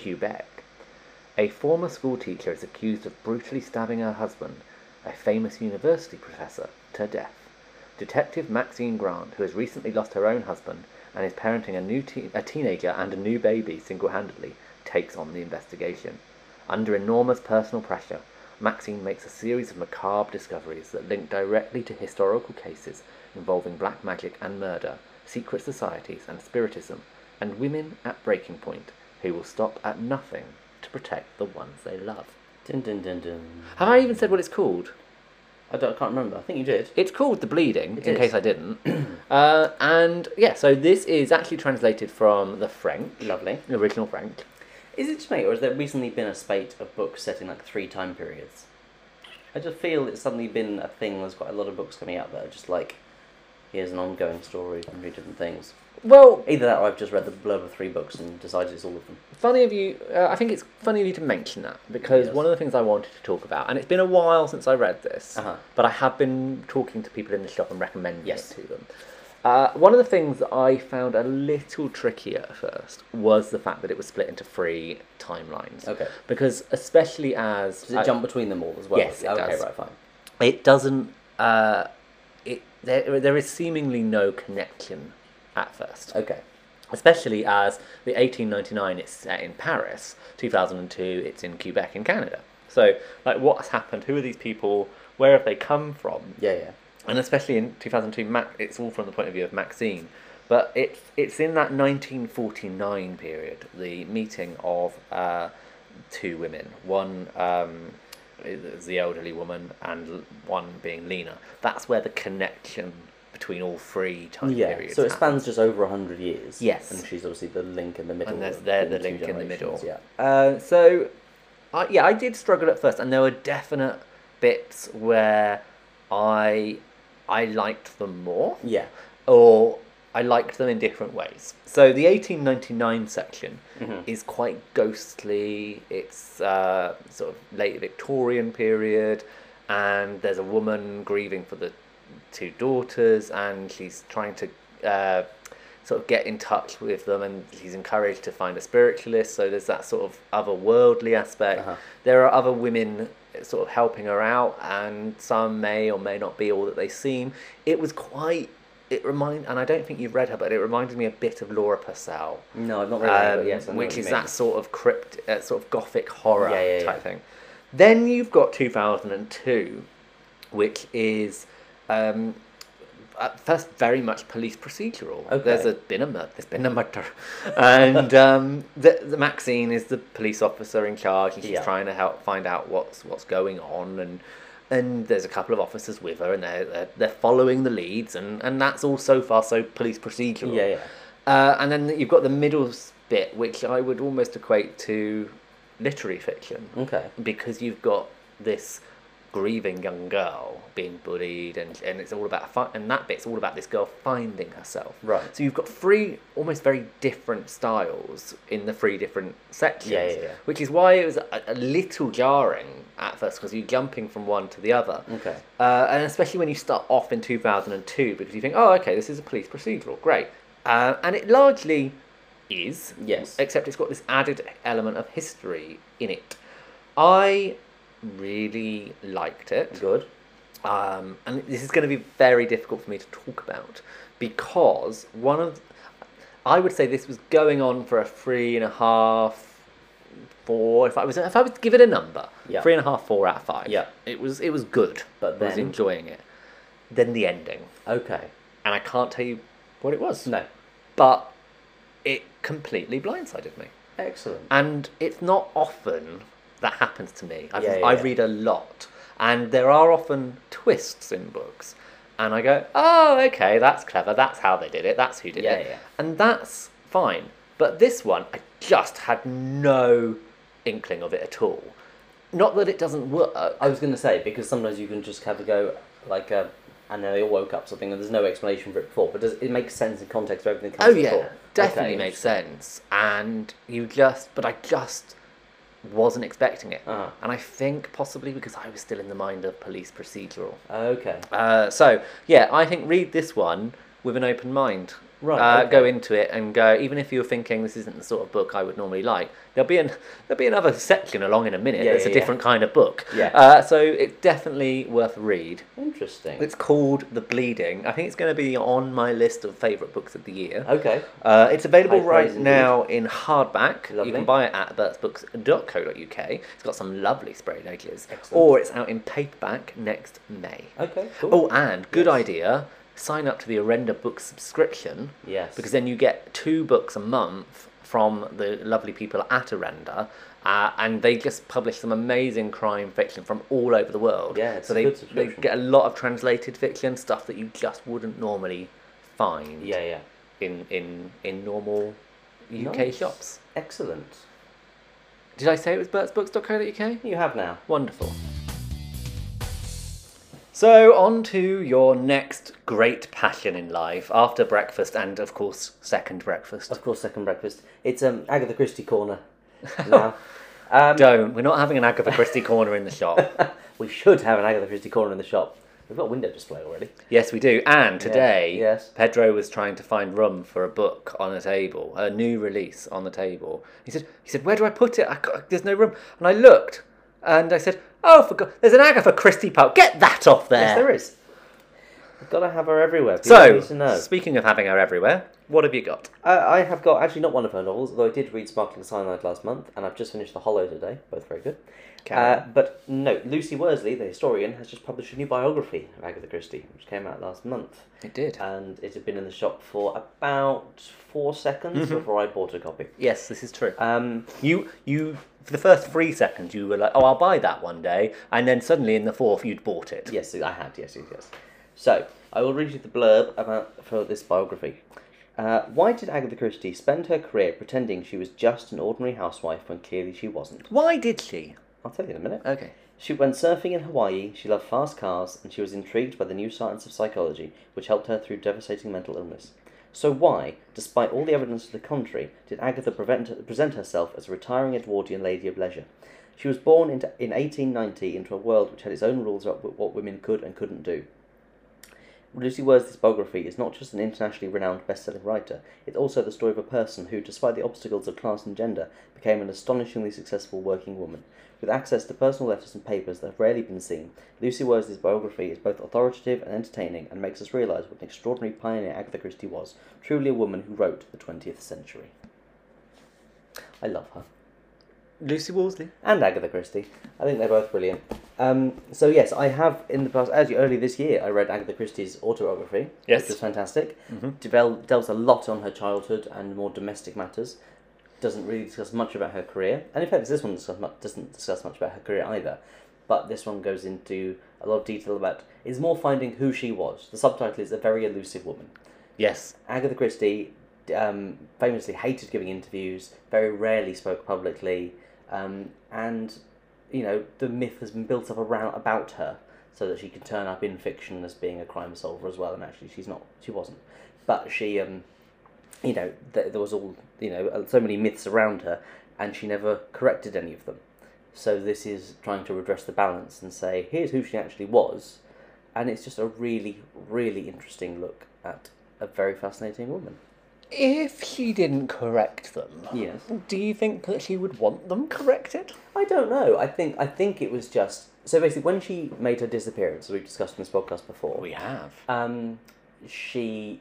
[SPEAKER 1] Quebec. A former school teacher is accused of brutally stabbing her husband, a famous university professor, to death. Detective Maxine Grant, who has recently lost her own husband and is parenting a new teen a teenager and a new baby single-handedly, takes on the investigation. Under enormous personal pressure, Maxine makes a series of macabre discoveries that link directly to historical cases involving black magic and murder, secret societies and spiritism, and women at breaking point who will stop at nothing to protect the ones they love.
[SPEAKER 2] Dun, dun, dun, dun.
[SPEAKER 1] Have I even said what it's called?
[SPEAKER 2] I, don't, I can't remember. I think you did.
[SPEAKER 1] It's called The Bleeding,
[SPEAKER 2] It
[SPEAKER 1] in
[SPEAKER 2] is.
[SPEAKER 1] case I didn't. uh, and yeah, so this is actually translated from the French,
[SPEAKER 2] Lovely.
[SPEAKER 1] the original French.
[SPEAKER 2] Is it just me, or has there recently been a spate of books set in like three time periods? I just feel it's suddenly been a thing. There's quite a lot of books coming out that are just like, here's an ongoing story from three different things.
[SPEAKER 1] Well,
[SPEAKER 2] Either that, or I've just read the blurb of three books and decided it's all of them.
[SPEAKER 1] funny of you. Uh, I think it's funny of you to mention that because
[SPEAKER 2] Yes.
[SPEAKER 1] one of the things I wanted to talk about, and it's been a while since I read this,
[SPEAKER 2] Uh-huh.
[SPEAKER 1] but I have been talking to people in the shop and recommending
[SPEAKER 2] Yes.
[SPEAKER 1] it to them. Uh, one of the things that I found a little trickier at first was the fact that it was split into three timelines.
[SPEAKER 2] Okay.
[SPEAKER 1] Because especially as
[SPEAKER 2] Does it
[SPEAKER 1] I-
[SPEAKER 2] jump between them all as well?
[SPEAKER 1] Yes, it
[SPEAKER 2] okay,
[SPEAKER 1] does.
[SPEAKER 2] right, fine.
[SPEAKER 1] it doesn't uh, it there, there is seemingly no connection at first
[SPEAKER 2] Okay.
[SPEAKER 1] especially as the 1899 it's set in paris 2002 it's in quebec in canada so like what's happened who are these people where have they come from
[SPEAKER 2] Yeah, yeah.
[SPEAKER 1] and especially in 2002 Mac, it's all from the point of view of maxine but it's it's in that 1949 period the meeting of uh, two women one um, is the elderly woman and l- one being lena that's where the connection between all three time
[SPEAKER 2] Yeah.
[SPEAKER 1] periods
[SPEAKER 2] So it
[SPEAKER 1] happens.
[SPEAKER 2] spans just over hundred years.
[SPEAKER 1] Yes.
[SPEAKER 2] And she's obviously the link in the middle.
[SPEAKER 1] And there's
[SPEAKER 2] of
[SPEAKER 1] there the
[SPEAKER 2] two
[SPEAKER 1] link in the
[SPEAKER 2] generations,
[SPEAKER 1] middle.
[SPEAKER 2] Yeah.
[SPEAKER 1] Uh, so, I, yeah, I did struggle at first, and there were definite bits where I I liked them more,
[SPEAKER 2] Yeah.
[SPEAKER 1] or I liked them in different ways. So the 1899 section is quite ghostly. It's uh, sort of late Victorian period, and there's a woman grieving for the two daughters, and she's trying to. Uh, sort of get in touch with them and he's encouraged to find a spiritualist so there's that sort of otherworldly aspect
[SPEAKER 2] Uh-huh.
[SPEAKER 1] there are other women eh, sort of helping her out and some may or may not be all that they seem it was quite it remind and i don't think you've read her but it reminded me a bit of laura purcell
[SPEAKER 2] No, I've not read that,
[SPEAKER 1] um,
[SPEAKER 2] but yes, I know
[SPEAKER 1] which
[SPEAKER 2] what you
[SPEAKER 1] is
[SPEAKER 2] mean.
[SPEAKER 1] that sort of crypt uh, sort of gothic horror
[SPEAKER 2] Yeah, yeah,
[SPEAKER 1] type
[SPEAKER 2] yeah.
[SPEAKER 1] thing then you've got 2002 which is um, at first very much police procedural.
[SPEAKER 2] Okay.
[SPEAKER 1] There's a, been a murder. There's been a murder, and um, the, the Maxine is the police officer in charge, and she's
[SPEAKER 2] Yeah.
[SPEAKER 1] trying to help find out what's what's going on, and and there's a couple of officers with her, and they're they're, they're following the leads, and and that's all so far so police procedural.
[SPEAKER 2] Yeah, yeah.
[SPEAKER 1] Uh, and then you've got the middle bit, which I would almost equate to literary fiction
[SPEAKER 2] Okay.
[SPEAKER 1] because you've got this grieving young girl being bullied and, and it's all about fi- and that bit's all about this girl finding herself
[SPEAKER 2] Right.
[SPEAKER 1] so you've got three almost very different styles in the three different sections
[SPEAKER 2] Yeah, yeah, yeah.
[SPEAKER 1] which is why it was a, a little jarring at first because you're jumping from one to the other
[SPEAKER 2] Okay.
[SPEAKER 1] uh, and especially when you start off in 2002 because you think oh okay this is a police procedural great uh, and it largely is
[SPEAKER 2] Yes.
[SPEAKER 1] except it's got this added element of history in it. I really liked it,
[SPEAKER 2] Good.
[SPEAKER 1] um, and this is going to be very difficult for me to talk about because one of I would say this was going on for a three and a half, four. If I was if I was to give it a number,
[SPEAKER 2] Yeah.
[SPEAKER 1] three and a half, four out of five.
[SPEAKER 2] Yeah.
[SPEAKER 1] it was it was good,
[SPEAKER 2] But
[SPEAKER 1] I was
[SPEAKER 2] then-
[SPEAKER 1] enjoying it. Then the ending,
[SPEAKER 2] Okay.
[SPEAKER 1] and I can't tell you what it was
[SPEAKER 2] No.
[SPEAKER 1] but it completely blindsided me.
[SPEAKER 2] Excellent.
[SPEAKER 1] And it's not often that happens to me. I've,
[SPEAKER 2] Yeah, yeah,
[SPEAKER 1] I
[SPEAKER 2] yeah.
[SPEAKER 1] read a lot, and there are often twists in books. And I go, oh, okay, that's clever. That's how they did it. That's who did
[SPEAKER 2] Yeah,
[SPEAKER 1] it.
[SPEAKER 2] yeah.
[SPEAKER 1] And that's fine. But this one, I just had no inkling of it at all. Not that it doesn't work.
[SPEAKER 2] I was going to say because sometimes you can just have a go like uh, and then they all woke up something and there's no explanation for it before, but does it makes sense in context of everything? that
[SPEAKER 1] Oh
[SPEAKER 2] comes
[SPEAKER 1] yeah,
[SPEAKER 2] before.
[SPEAKER 1] definitely
[SPEAKER 2] Okay.
[SPEAKER 1] makes sense. And you just, but I just wasn't expecting it.
[SPEAKER 2] Uh-huh.
[SPEAKER 1] And I think possibly because I was still in the mind of police procedural.
[SPEAKER 2] Okay.
[SPEAKER 1] Uh, so yeah, I think read this one with an open mind.
[SPEAKER 2] Right,
[SPEAKER 1] Uh, Go
[SPEAKER 2] okay.
[SPEAKER 1] into it and go. Even if you're thinking this isn't the sort of book I would normally like, there'll be an there'll be another section along in a minute.
[SPEAKER 2] Yeah,
[SPEAKER 1] that's
[SPEAKER 2] yeah,
[SPEAKER 1] a
[SPEAKER 2] yeah.
[SPEAKER 1] different kind of book.
[SPEAKER 2] Yeah.
[SPEAKER 1] Uh, so it's definitely worth a read.
[SPEAKER 2] Interesting.
[SPEAKER 1] It's called The Bleeding. I think it's going to be on my list of favourite books of the year.
[SPEAKER 2] okay.
[SPEAKER 1] Uh, it's available
[SPEAKER 2] High
[SPEAKER 1] right
[SPEAKER 2] praise indeed.
[SPEAKER 1] now in hardback.
[SPEAKER 2] Lovely.
[SPEAKER 1] You can buy it at bertsbooks.co.uk. It's got some lovely sprayed edges.
[SPEAKER 2] Excellent.
[SPEAKER 1] Or it's out in paperback next May.
[SPEAKER 2] Okay. Cool.
[SPEAKER 1] Oh, and good
[SPEAKER 2] Yes.
[SPEAKER 1] idea sign up to the Arenda book subscription
[SPEAKER 2] yes.
[SPEAKER 1] because then you get two books a month from the lovely people at Arenda. Uh, and they just publish some amazing crime fiction from all over the world.
[SPEAKER 2] Yeah, it's
[SPEAKER 1] so
[SPEAKER 2] a
[SPEAKER 1] they,
[SPEAKER 2] good
[SPEAKER 1] they
[SPEAKER 2] subscription.
[SPEAKER 1] get a lot of translated fiction, stuff that you just wouldn't normally find
[SPEAKER 2] yeah, yeah.
[SPEAKER 1] in in in normal UK
[SPEAKER 2] Nice.
[SPEAKER 1] shops.
[SPEAKER 2] Excellent.
[SPEAKER 1] Did I say it was bertsbooks.co.uk?
[SPEAKER 2] You have now.
[SPEAKER 1] Wonderful. So on to your next great passion in life after breakfast and of course second breakfast.
[SPEAKER 2] Of course, second breakfast. It's um Agatha Christie corner. now, um,
[SPEAKER 1] Don't. We're not having an Agatha Christie corner in the shop.
[SPEAKER 2] we should have an Agatha Christie corner in the shop. We've got a window display already.
[SPEAKER 1] Yes, we do. And today,
[SPEAKER 2] yes.
[SPEAKER 1] Pedro was trying to find room for a book on a table, a new release on the table. He said, "He said, where do I put it? I ca- there's no room." And I looked, and I said, "Oh, for God, there's an Agatha Christie pub. Get that off there."
[SPEAKER 2] Yes, there is. We've got to have her everywhere. People need to
[SPEAKER 1] So,
[SPEAKER 2] know.
[SPEAKER 1] speaking of having her everywhere, what have you got?
[SPEAKER 2] I, I have got actually not one of her novels, although I did read Sparkling Cyanide last month, and I've just finished The Hollow today. Both very good. Uh,
[SPEAKER 1] Karen.
[SPEAKER 2] but no, Lucy Worsley, the historian, has just published a new biography of Agatha Christie, which came out last month.
[SPEAKER 1] It did.
[SPEAKER 2] And it had been in the shop for about four seconds before I bought a copy.
[SPEAKER 1] yes, this is true. Uh,
[SPEAKER 2] Um,
[SPEAKER 1] you, you, for the first three seconds, you were like, "Oh, I'll buy that one day," and then suddenly, in the fourth, you'd bought it.
[SPEAKER 2] Yes, I had. Yes, yes, yes. So I will read you the blurb about for this biography. Uh, why did Agatha Christie spend her career pretending she was just an ordinary housewife when clearly she wasn't?
[SPEAKER 1] Why did she?
[SPEAKER 2] I'll tell you in a minute.
[SPEAKER 1] Okay.
[SPEAKER 2] She went surfing in Hawaii. She loved fast cars, and she was intrigued by the new science of psychology, which helped her through devastating mental illness. So why, despite all the evidence to the contrary, did Agatha prevent, present herself as a retiring Edwardian lady of leisure? She was born into, in 1890 into a world which had its own rules about what women could and couldn't do. Lucy Worsley's biography is not just an internationally renowned best-selling writer, it's also the story of a person who, despite the obstacles of class and gender, became an astonishingly successful working woman. With access to personal letters and papers that have rarely been seen, Lucy Worsley's biography is both authoritative and entertaining and makes us realise what an extraordinary pioneer Agatha Christie was, truly a woman who wrote the 20th century. I love her
[SPEAKER 1] Lucy Wolseley.
[SPEAKER 2] and Agatha Christie. I think they're both brilliant. Um, so yes, I have in the past, actually early this year, I read Agatha Christie's autobiography,
[SPEAKER 1] Yes. Mm-hmm.
[SPEAKER 2] which was fantastic. Devel- delves a lot on her childhood and more domestic matters. Doesn't really discuss much about her career, and in fact, this one discuss mu- doesn't discuss much about her career either. But this one goes into a lot of detail about is more finding who she was. The subtitle is "A Very Elusive Woman."
[SPEAKER 1] Yes.
[SPEAKER 2] Agatha Christie um, famously hated giving interviews, very rarely spoke publicly, um, and you know the myth has been built up around about her so that she could turn up in fiction as being a crime solver as well. And actually, she's not. She wasn't, but she, um, you know, th- there was all you know uh, so many myths around her, and she never corrected any of them. So this is trying to redress the balance and say here's who she actually was, and it's just a really, really interesting look at a very fascinating woman.
[SPEAKER 1] If she didn't correct them,
[SPEAKER 2] Yes.
[SPEAKER 1] do you think that she would want them corrected?
[SPEAKER 2] I don't know. I think I think it was just so basically when she made her disappearance, as we've discussed in this podcast before,
[SPEAKER 1] We have.
[SPEAKER 2] um, she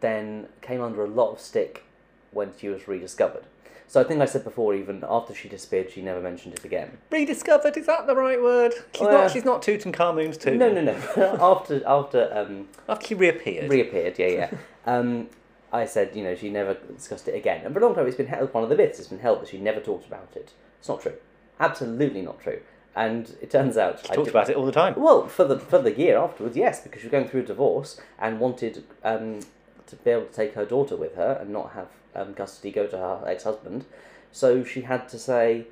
[SPEAKER 2] then came under a lot of stick when she was rediscovered. So I think I said before, even after she disappeared, she never mentioned it again.
[SPEAKER 1] Rediscovered, is that the right word? She's
[SPEAKER 2] Well, yeah.
[SPEAKER 1] not she's not Tutankhamun's tomb.
[SPEAKER 2] No, no, no. after after um,
[SPEAKER 1] After she reappeared.
[SPEAKER 2] reappeared, yeah, yeah. um, I said, you know, she never discussed it again. And for a long time, it's been held, one of the myths, it's been held that she never talked about it. It's not true. Absolutely not true. And it turns out.
[SPEAKER 1] She talked about it all the time.
[SPEAKER 2] Well, for the, for the year afterwards, yes, because she was going through a divorce and wanted um, to be able to take her daughter with her and not have um, custody go to her ex husband. So she had to say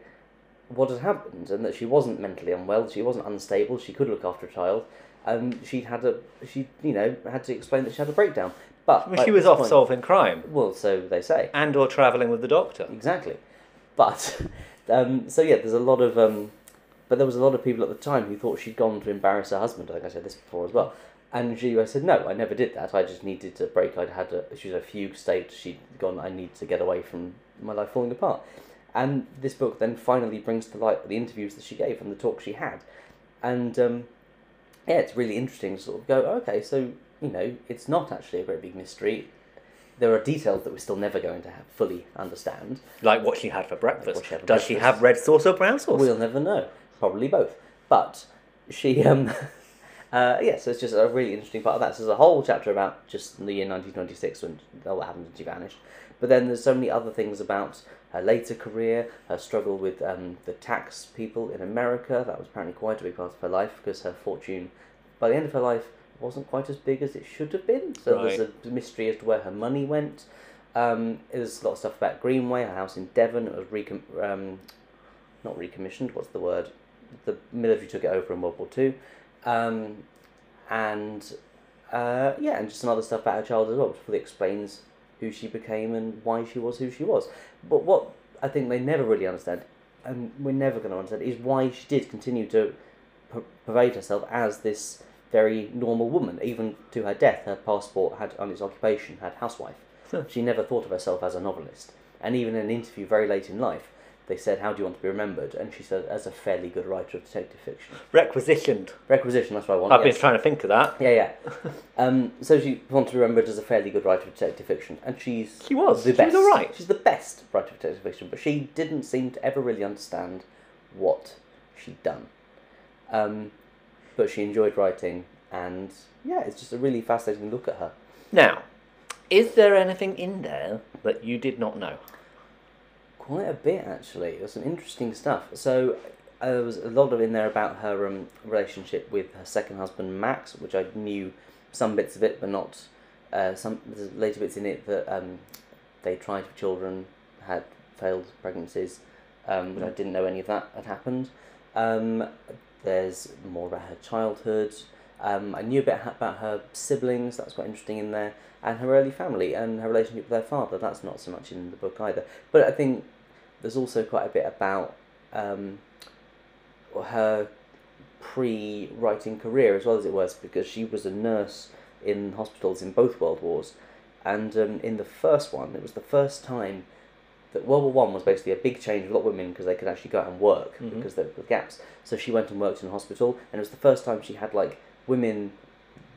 [SPEAKER 2] what had happened and that she wasn't mentally unwell, she wasn't unstable, she could look after a child. Um, she had a she you know had to explain that she had a breakdown, but
[SPEAKER 1] Well,
[SPEAKER 2] at
[SPEAKER 1] she was
[SPEAKER 2] this
[SPEAKER 1] off
[SPEAKER 2] point-
[SPEAKER 1] solving crime
[SPEAKER 2] Well, so they say.
[SPEAKER 1] and or travelling with the doctor.
[SPEAKER 2] Exactly. But um, so yeah, there's a lot of um, but there was a lot of people at the time who thought she'd gone to embarrass her husband. I think I said this before as well. And she I said, no, I never did that. I just needed to break. I'd had a she was in a fugue state. She'd gone. I need to get away from my life falling apart. And this book then finally brings to light the interviews that she gave and the talk she had. And um, yeah, it's really interesting to sort of go, okay, so you know, it's not actually a very big mystery. There are details that we're still never going to have fully understand.
[SPEAKER 1] Like what she had for breakfast.
[SPEAKER 2] what she had for
[SPEAKER 1] Does she
[SPEAKER 2] breakfast.
[SPEAKER 1] have red sauce or brown sauce?
[SPEAKER 2] We'll never know. Probably both. But she, um, uh, yeah, so it's just a really interesting part of that. So there's a whole chapter about just the year 1926 when all that happened and she vanished. But then there's so many other things about her later career, her struggle with um, the tax people in America. That was apparently quite a big part of her life because her fortune, by the end of her life, wasn't quite as big as it should have been. So there's
[SPEAKER 1] Right.
[SPEAKER 2] a mystery as to where her money went. Um, there's a lot of stuff about Greenway, her house in Devon. It was recom- um, not recommissioned. What's the word? The military took it over in World War Two, um, and uh, yeah, and just some other stuff about her childhood as well, which fully explains who she became and why she was who she was. But what I think they never really understand, and we're never going to understand, is why she did continue to per- pervade herself as this very normal woman, even to her death. Her passport had on its occupation had housewife.
[SPEAKER 1] Huh.
[SPEAKER 2] She never thought of herself as a novelist, and even in an interview very late in life, they said, "How do you want to be remembered?" And she said, "As a fairly good writer of detective fiction."
[SPEAKER 1] Requisitioned.
[SPEAKER 2] Requisition. That's what I want.
[SPEAKER 1] I've
[SPEAKER 2] yes.
[SPEAKER 1] been trying to think of that.
[SPEAKER 2] Yeah, yeah. Um, so she wants to be remembered as a fairly good writer of detective fiction, and she's
[SPEAKER 1] She was. She
[SPEAKER 2] the
[SPEAKER 1] was
[SPEAKER 2] best.
[SPEAKER 1] alright.
[SPEAKER 2] She's the best writer of detective fiction, but she didn't seem to ever really understand what she'd done. Um, but she enjoyed writing, and yeah, it's just a really fascinating look at her.
[SPEAKER 1] Now, is there anything in there that you did not know?
[SPEAKER 2] Quite a bit actually. There's some interesting stuff. So uh, there was a lot of in there about her um, relationship with her second husband Max, which I knew some bits of it, but not uh, some there's later bits in it that um, they tried for children, had failed pregnancies, um, but I didn't know any of that had happened. Um, there's more about her childhood. Um, I knew a bit ha- about her siblings, that's quite interesting in there, and her early family and her relationship with their father. That's not so much in the book either. But I think there's also quite a bit about um, her pre writing career as well as it was, because she was a nurse in hospitals in both world wars. And um, in the first one, it was the first time that World War One was basically a big change for a lot of women because they could actually go out and work because there were gaps. So she went and worked in a hospital, and it was the first time she had like women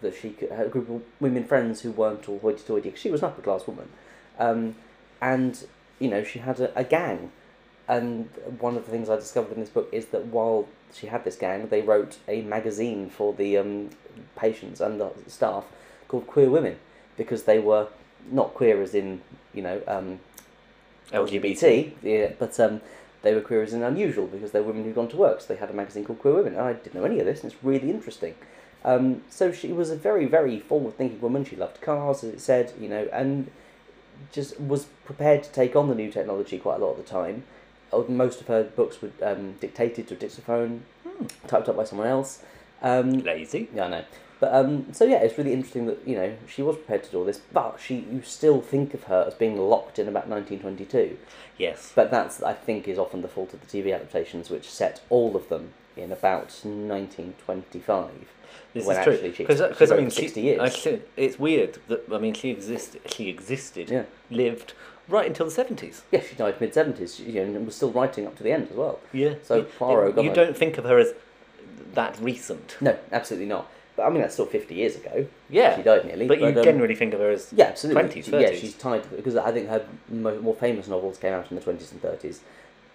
[SPEAKER 2] that she could had a group of women friends who weren't all hoity-toity. 'cause She was an upper class woman, um, and you know she had a, a gang. And one of the things I discovered in this book is that while she had this gang, they wrote a magazine for the um, patients and the staff called Queer Women because they were not queer as in you know um, LGBT, yeah, but um, they were queer as in unusual because they're women who'd gone to work. So they had a magazine called Queer Women, and I didn't know any of this, and it's really interesting. Um, so she was a very, very forward-thinking woman. She loved cars, as it said, you know, and just was prepared to take on the new technology quite a lot of the time. Uh, Most of her books were um, dictated to a dictaphone, typed up by someone else. Um,
[SPEAKER 1] Lazy.
[SPEAKER 2] yeah, I know. But um, so yeah, it's really interesting that you know she was prepared to do all this, but she you still think of her as being locked in about 1922.
[SPEAKER 1] Yes.
[SPEAKER 2] But that's I think is often the fault of the TV adaptations, which set all of them in about 1925.
[SPEAKER 1] This
[SPEAKER 2] when
[SPEAKER 1] is true
[SPEAKER 2] actually she- she
[SPEAKER 1] because I
[SPEAKER 2] wrote
[SPEAKER 1] mean,
[SPEAKER 2] for 60
[SPEAKER 1] she,
[SPEAKER 2] years.
[SPEAKER 1] I see- it's weird that I mean she existed. She existed.
[SPEAKER 2] Yeah.
[SPEAKER 1] Lived right until the seventies.
[SPEAKER 2] Yeah, she died mid 70s, you know, and was still writing up to the end as well.
[SPEAKER 1] Yeah.
[SPEAKER 2] So oh Poirot got
[SPEAKER 1] You
[SPEAKER 2] her.
[SPEAKER 1] don't think of her as that recent.
[SPEAKER 2] No, absolutely not. But I mean, that's still 50 years ago.
[SPEAKER 1] Yeah.
[SPEAKER 2] she died nearly.
[SPEAKER 1] But you
[SPEAKER 2] um,
[SPEAKER 1] generally think of her as
[SPEAKER 2] Yeah, absolutely.
[SPEAKER 1] 20s,
[SPEAKER 2] She-
[SPEAKER 1] 30s.
[SPEAKER 2] Yeah, she's tied to the, because I think her mo- more famous novels came out in the twenties and thirties.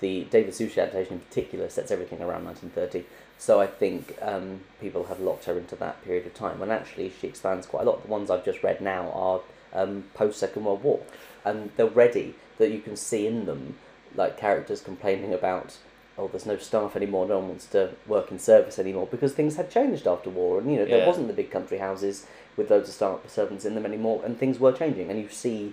[SPEAKER 2] The David Suchet adaptation in particular sets everything around 1930. So I think um, people have locked her into that period of time when actually she expands quite a lot. The ones I've just read now are um, post Second World War, and they're ready that you can see in them like characters complaining about oh there's no staff anymore, no one wants to work in service anymore because things had changed after war, and you know there
[SPEAKER 1] Yeah.
[SPEAKER 2] wasn't the big country houses with loads of staff servants in them anymore, and things were changing, and you see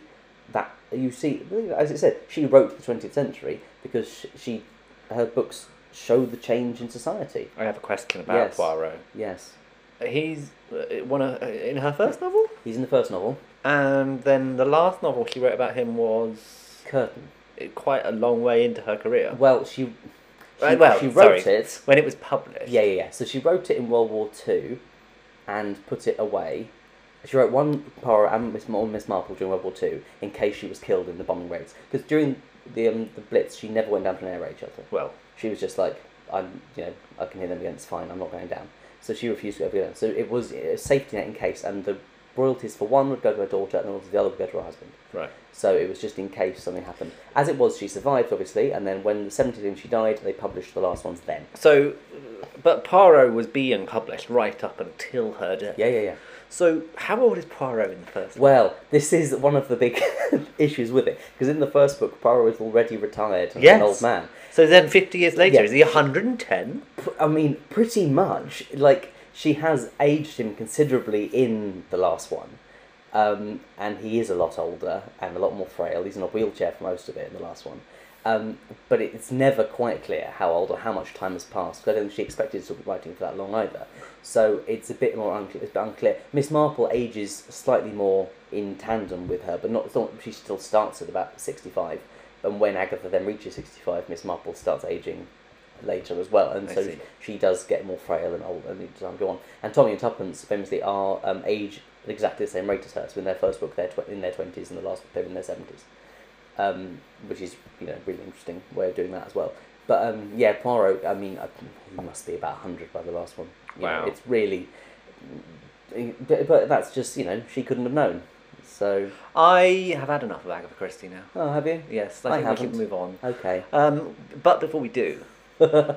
[SPEAKER 2] that you see as it said she wrote the twentieth century because sh- she her books show the change in society.
[SPEAKER 1] I have a question about
[SPEAKER 2] Yes.
[SPEAKER 1] Poirot.
[SPEAKER 2] Yes,
[SPEAKER 1] He's uh, one of, in her first novel,
[SPEAKER 2] he's in the first novel,
[SPEAKER 1] and then the last novel she wrote about him was
[SPEAKER 2] Curtain.
[SPEAKER 1] quite a long way into her career.
[SPEAKER 2] Well, she she,
[SPEAKER 1] Right, well,
[SPEAKER 2] she wrote
[SPEAKER 1] sorry.
[SPEAKER 2] it.
[SPEAKER 1] when it was published.
[SPEAKER 2] Yeah, yeah, yeah. So she wrote it in World War Two, and put it away. She wrote one Poirot and Miss, Ma- Miss Marple during World War Two in case she was killed in the bombing raids. Because during the um, the Blitz, she never went down to an air raid shelter.
[SPEAKER 1] Well,
[SPEAKER 2] She was just like, I'm, you know, I can hear them again. It's fine. I'm not going down. So she refused to go down. So it was a safety net in case, and the royalties for one would go to her daughter, and the other would go to her husband.
[SPEAKER 1] right.
[SPEAKER 2] So it was just in case something happened. As it was, she survived, obviously, and then when the 70s when she died, they published the last ones then.
[SPEAKER 1] So, but Poirot was being published right up until her death.
[SPEAKER 2] Yeah, yeah, yeah.
[SPEAKER 1] So, how old is Poirot in the first?
[SPEAKER 2] Well, this is one of the big issues with it, because in the first book, Poirot is already retired and
[SPEAKER 1] Yes.
[SPEAKER 2] an old man.
[SPEAKER 1] So then, fifty years later,
[SPEAKER 2] Yeah.
[SPEAKER 1] is he one hundred and ten?
[SPEAKER 2] P- I mean, pretty much, like, she has aged him considerably in the last one. Um, and he is a lot older and a lot more frail. He's in a wheelchair for most of it in the last one. Um, but it's never quite clear how old or how much time has passed. 'cause I don't think she expected to be writing for that long either. So it's a bit more unclear. It's a bit unclear. Miss Marple ages slightly more in tandem with her, but not, it's not. She still starts at about sixty-five, and when Agatha then reaches sixty-five, Miss Marple starts aging later as well, and
[SPEAKER 1] I
[SPEAKER 2] so
[SPEAKER 1] see.
[SPEAKER 2] she does get more frail and old and as time go on. And Tommy and Tuppence famously are um, age at exactly the same rate as her. So in their first book, they're tw- in their twenties, and the last book, they're in their seventies um, which is you know really interesting way of doing that as well. But um, yeah, Poirot. I mean, I, he must be about hundred by the last one. You know,
[SPEAKER 1] Wow.
[SPEAKER 2] it's really. But, but that's just you know she couldn't have known. So
[SPEAKER 1] I have had enough of Agatha Christie now.
[SPEAKER 2] oh, have you?
[SPEAKER 1] Yes, I,
[SPEAKER 2] I
[SPEAKER 1] think we
[SPEAKER 2] haven't.
[SPEAKER 1] can move on.
[SPEAKER 2] Okay.
[SPEAKER 1] Um, but before we do,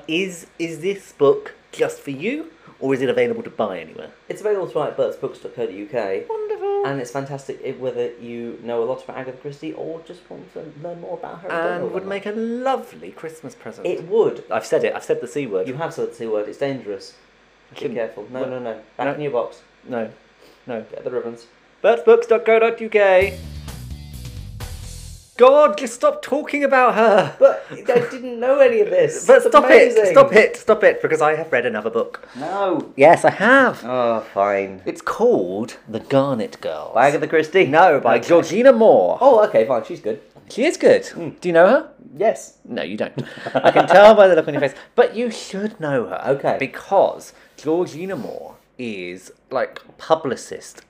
[SPEAKER 1] is is this book just for you, or is it available to buy anywhere?
[SPEAKER 2] It's available to buy at burtsbooks.co.uk.
[SPEAKER 1] Wonderful.
[SPEAKER 2] And it's fantastic if- whether you know a lot about Agatha Christie or just want to learn more about her. in general
[SPEAKER 1] And
[SPEAKER 2] or
[SPEAKER 1] would
[SPEAKER 2] not.
[SPEAKER 1] make a lovely Christmas present.
[SPEAKER 2] it would.
[SPEAKER 1] I've said it. I've said the c word.
[SPEAKER 2] You have said the C word. It's dangerous. Be
[SPEAKER 1] shouldn't-
[SPEAKER 2] careful. No,
[SPEAKER 1] Well,
[SPEAKER 2] no, no. Back
[SPEAKER 1] no.
[SPEAKER 2] in your box.
[SPEAKER 1] No, no.
[SPEAKER 2] Get the ribbons.
[SPEAKER 1] Birdsbooks.co.uk. God, just stop talking about her.
[SPEAKER 2] But I didn't know any of this.
[SPEAKER 1] But
[SPEAKER 2] It's
[SPEAKER 1] stop
[SPEAKER 2] amazing.
[SPEAKER 1] it, stop it, stop it, because I have read another book.
[SPEAKER 2] No.
[SPEAKER 1] Yes, I have.
[SPEAKER 2] Oh, fine.
[SPEAKER 1] It's called The Garnet Girls.
[SPEAKER 2] Bag of the Christie.
[SPEAKER 1] no, by
[SPEAKER 2] Okay.
[SPEAKER 1] Georgina Moore. Hmm.
[SPEAKER 2] Oh, okay, fine. She's good.
[SPEAKER 1] She is good. Do you know her?
[SPEAKER 2] Yes.
[SPEAKER 1] No, you don't. I can tell by the look on your face. But you should know her.
[SPEAKER 2] Okay.
[SPEAKER 1] Because Georgina Moore is like publicist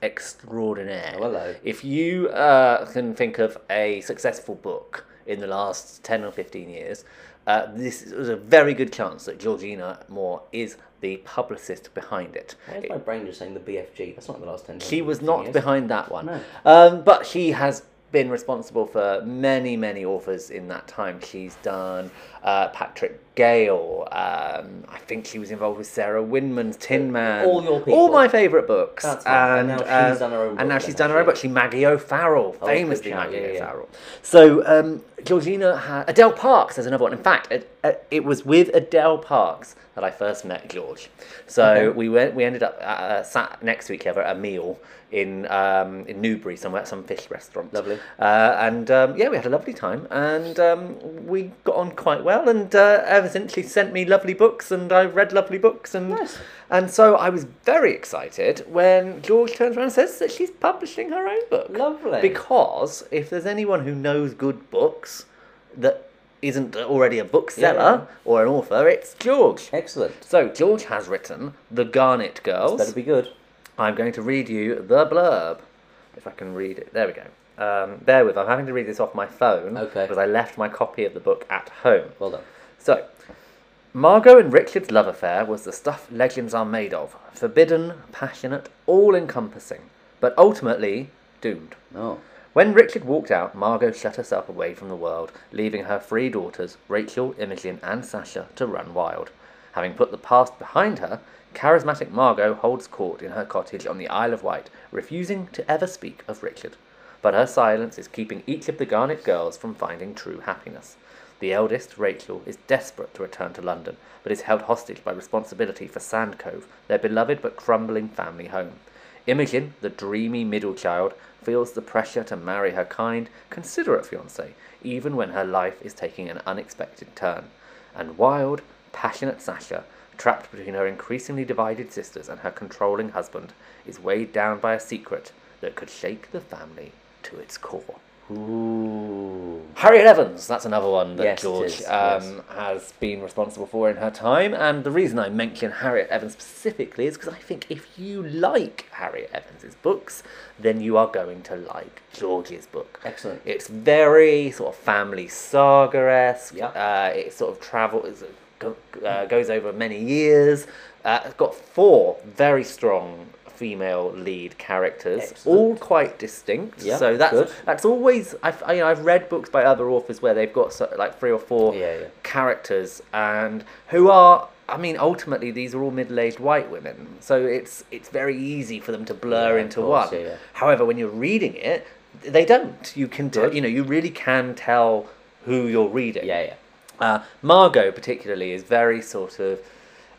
[SPEAKER 1] extraordinaire.
[SPEAKER 2] Oh, hello.
[SPEAKER 1] If you uh, can think of a successful book in the last 10 or 15 years, uh, this is a very good chance that Georgina Moore is the publicist behind it.
[SPEAKER 2] Why is my brain just saying the BFG? That's not the last ten.
[SPEAKER 1] She was not
[SPEAKER 2] years.
[SPEAKER 1] behind that one.
[SPEAKER 2] No.
[SPEAKER 1] Um, but she has been responsible for many, many authors in that time. She's done uh, Patrick Gale. Um, I think she was involved with Sarah Winman's Tin Man.
[SPEAKER 2] all your people.
[SPEAKER 1] All my favourite books.
[SPEAKER 2] That's right. And now she's
[SPEAKER 1] uh,
[SPEAKER 2] done her own book
[SPEAKER 1] And now
[SPEAKER 2] then,
[SPEAKER 1] she's done her
[SPEAKER 2] has Oh,
[SPEAKER 1] own book. She Maggie O'Farrell,
[SPEAKER 2] good
[SPEAKER 1] famously
[SPEAKER 2] shout,
[SPEAKER 1] Maggie
[SPEAKER 2] yeah, yeah.
[SPEAKER 1] O'Farrell. So um, Georgina, ha- Adele Parks has another one. In fact, it, uh, it was with Adele Parks that I first met George. So
[SPEAKER 2] Okay.
[SPEAKER 1] we went. We ended up uh, sat next to each other at a meal in um, in Newbury somewhere at some fish restaurant.
[SPEAKER 2] Lovely.
[SPEAKER 1] Uh, and um, yeah, we had a lovely time, and um, we got on quite well. And uh, ever since, she sent me lovely books, and I read lovely books, and
[SPEAKER 2] Nice.
[SPEAKER 1] and so I was very excited when George turns around and says that she's publishing her own book.
[SPEAKER 2] Lovely.
[SPEAKER 1] Because if there's anyone who knows good books that isn't already a bookseller
[SPEAKER 2] Yeah.
[SPEAKER 1] or an author, it's George.
[SPEAKER 2] Excellent.
[SPEAKER 1] So George has written The Garnet Girls.
[SPEAKER 2] Better be good.
[SPEAKER 1] I'm going to read you the blurb. If I can read it. There we go. Um, bear with, I'm having to read this off my phone
[SPEAKER 2] Okay.
[SPEAKER 1] because I left my copy of the book at home.
[SPEAKER 2] Well done.
[SPEAKER 1] So, Margot and Richard's love affair was the stuff legends are made of forbidden, passionate, all encompassing, but ultimately doomed.
[SPEAKER 2] Oh.
[SPEAKER 1] When Richard walked out, Margot shut herself away from the world, leaving her three daughters, Rachel, Imogen, and Sasha, to run wild. Having put the past behind her, charismatic Margot holds court in her cottage on the Isle of Wight, refusing to ever speak of Richard. but her silence is keeping each of the Garnet girls from finding true happiness. The eldest, Rachel, is desperate to return to London, but is held hostage by responsibility for Sand Cove, their beloved but crumbling family home. Imogen, the dreamy middle child, feels the pressure to marry her kind, considerate fiance, even when her life is taking an unexpected turn. And wild, passionate Sasha, trapped between her increasingly divided sisters and her controlling husband, is weighed down by a secret that could shake the family to its core.
[SPEAKER 2] Ooh.
[SPEAKER 1] Harriet Evans, that's another one that
[SPEAKER 2] Yes, it
[SPEAKER 1] George
[SPEAKER 2] is,
[SPEAKER 1] um,
[SPEAKER 2] yes.
[SPEAKER 1] has been responsible for in her time. And the reason I mention Harriet Evans specifically is because I think if you like Harriet Evans's books, then you are going to like George's book.
[SPEAKER 2] Excellent.
[SPEAKER 1] It's very sort of family saga esque.
[SPEAKER 2] Yeah.
[SPEAKER 1] Uh, it sort of travels, go, uh, goes over many years. Uh, it's got four very strong female lead characters,
[SPEAKER 2] Excellent.
[SPEAKER 1] all quite distinct.
[SPEAKER 2] Yeah,
[SPEAKER 1] so that's
[SPEAKER 2] good.
[SPEAKER 1] that's always I've I, you know, I've read books by other authors where they've got so, like three or four
[SPEAKER 2] Yeah, yeah.
[SPEAKER 1] characters and who are I mean ultimately these are all middle-aged white women so it's it's very easy for them to blur
[SPEAKER 2] Yeah, of
[SPEAKER 1] into
[SPEAKER 2] course,
[SPEAKER 1] one.
[SPEAKER 2] yeah, yeah.
[SPEAKER 1] However, when you're reading it, they don't. You can tell
[SPEAKER 2] Good.
[SPEAKER 1] you know you really can tell who you're reading.
[SPEAKER 2] Yeah, yeah.
[SPEAKER 1] Uh, Margot, particularly, is very sort of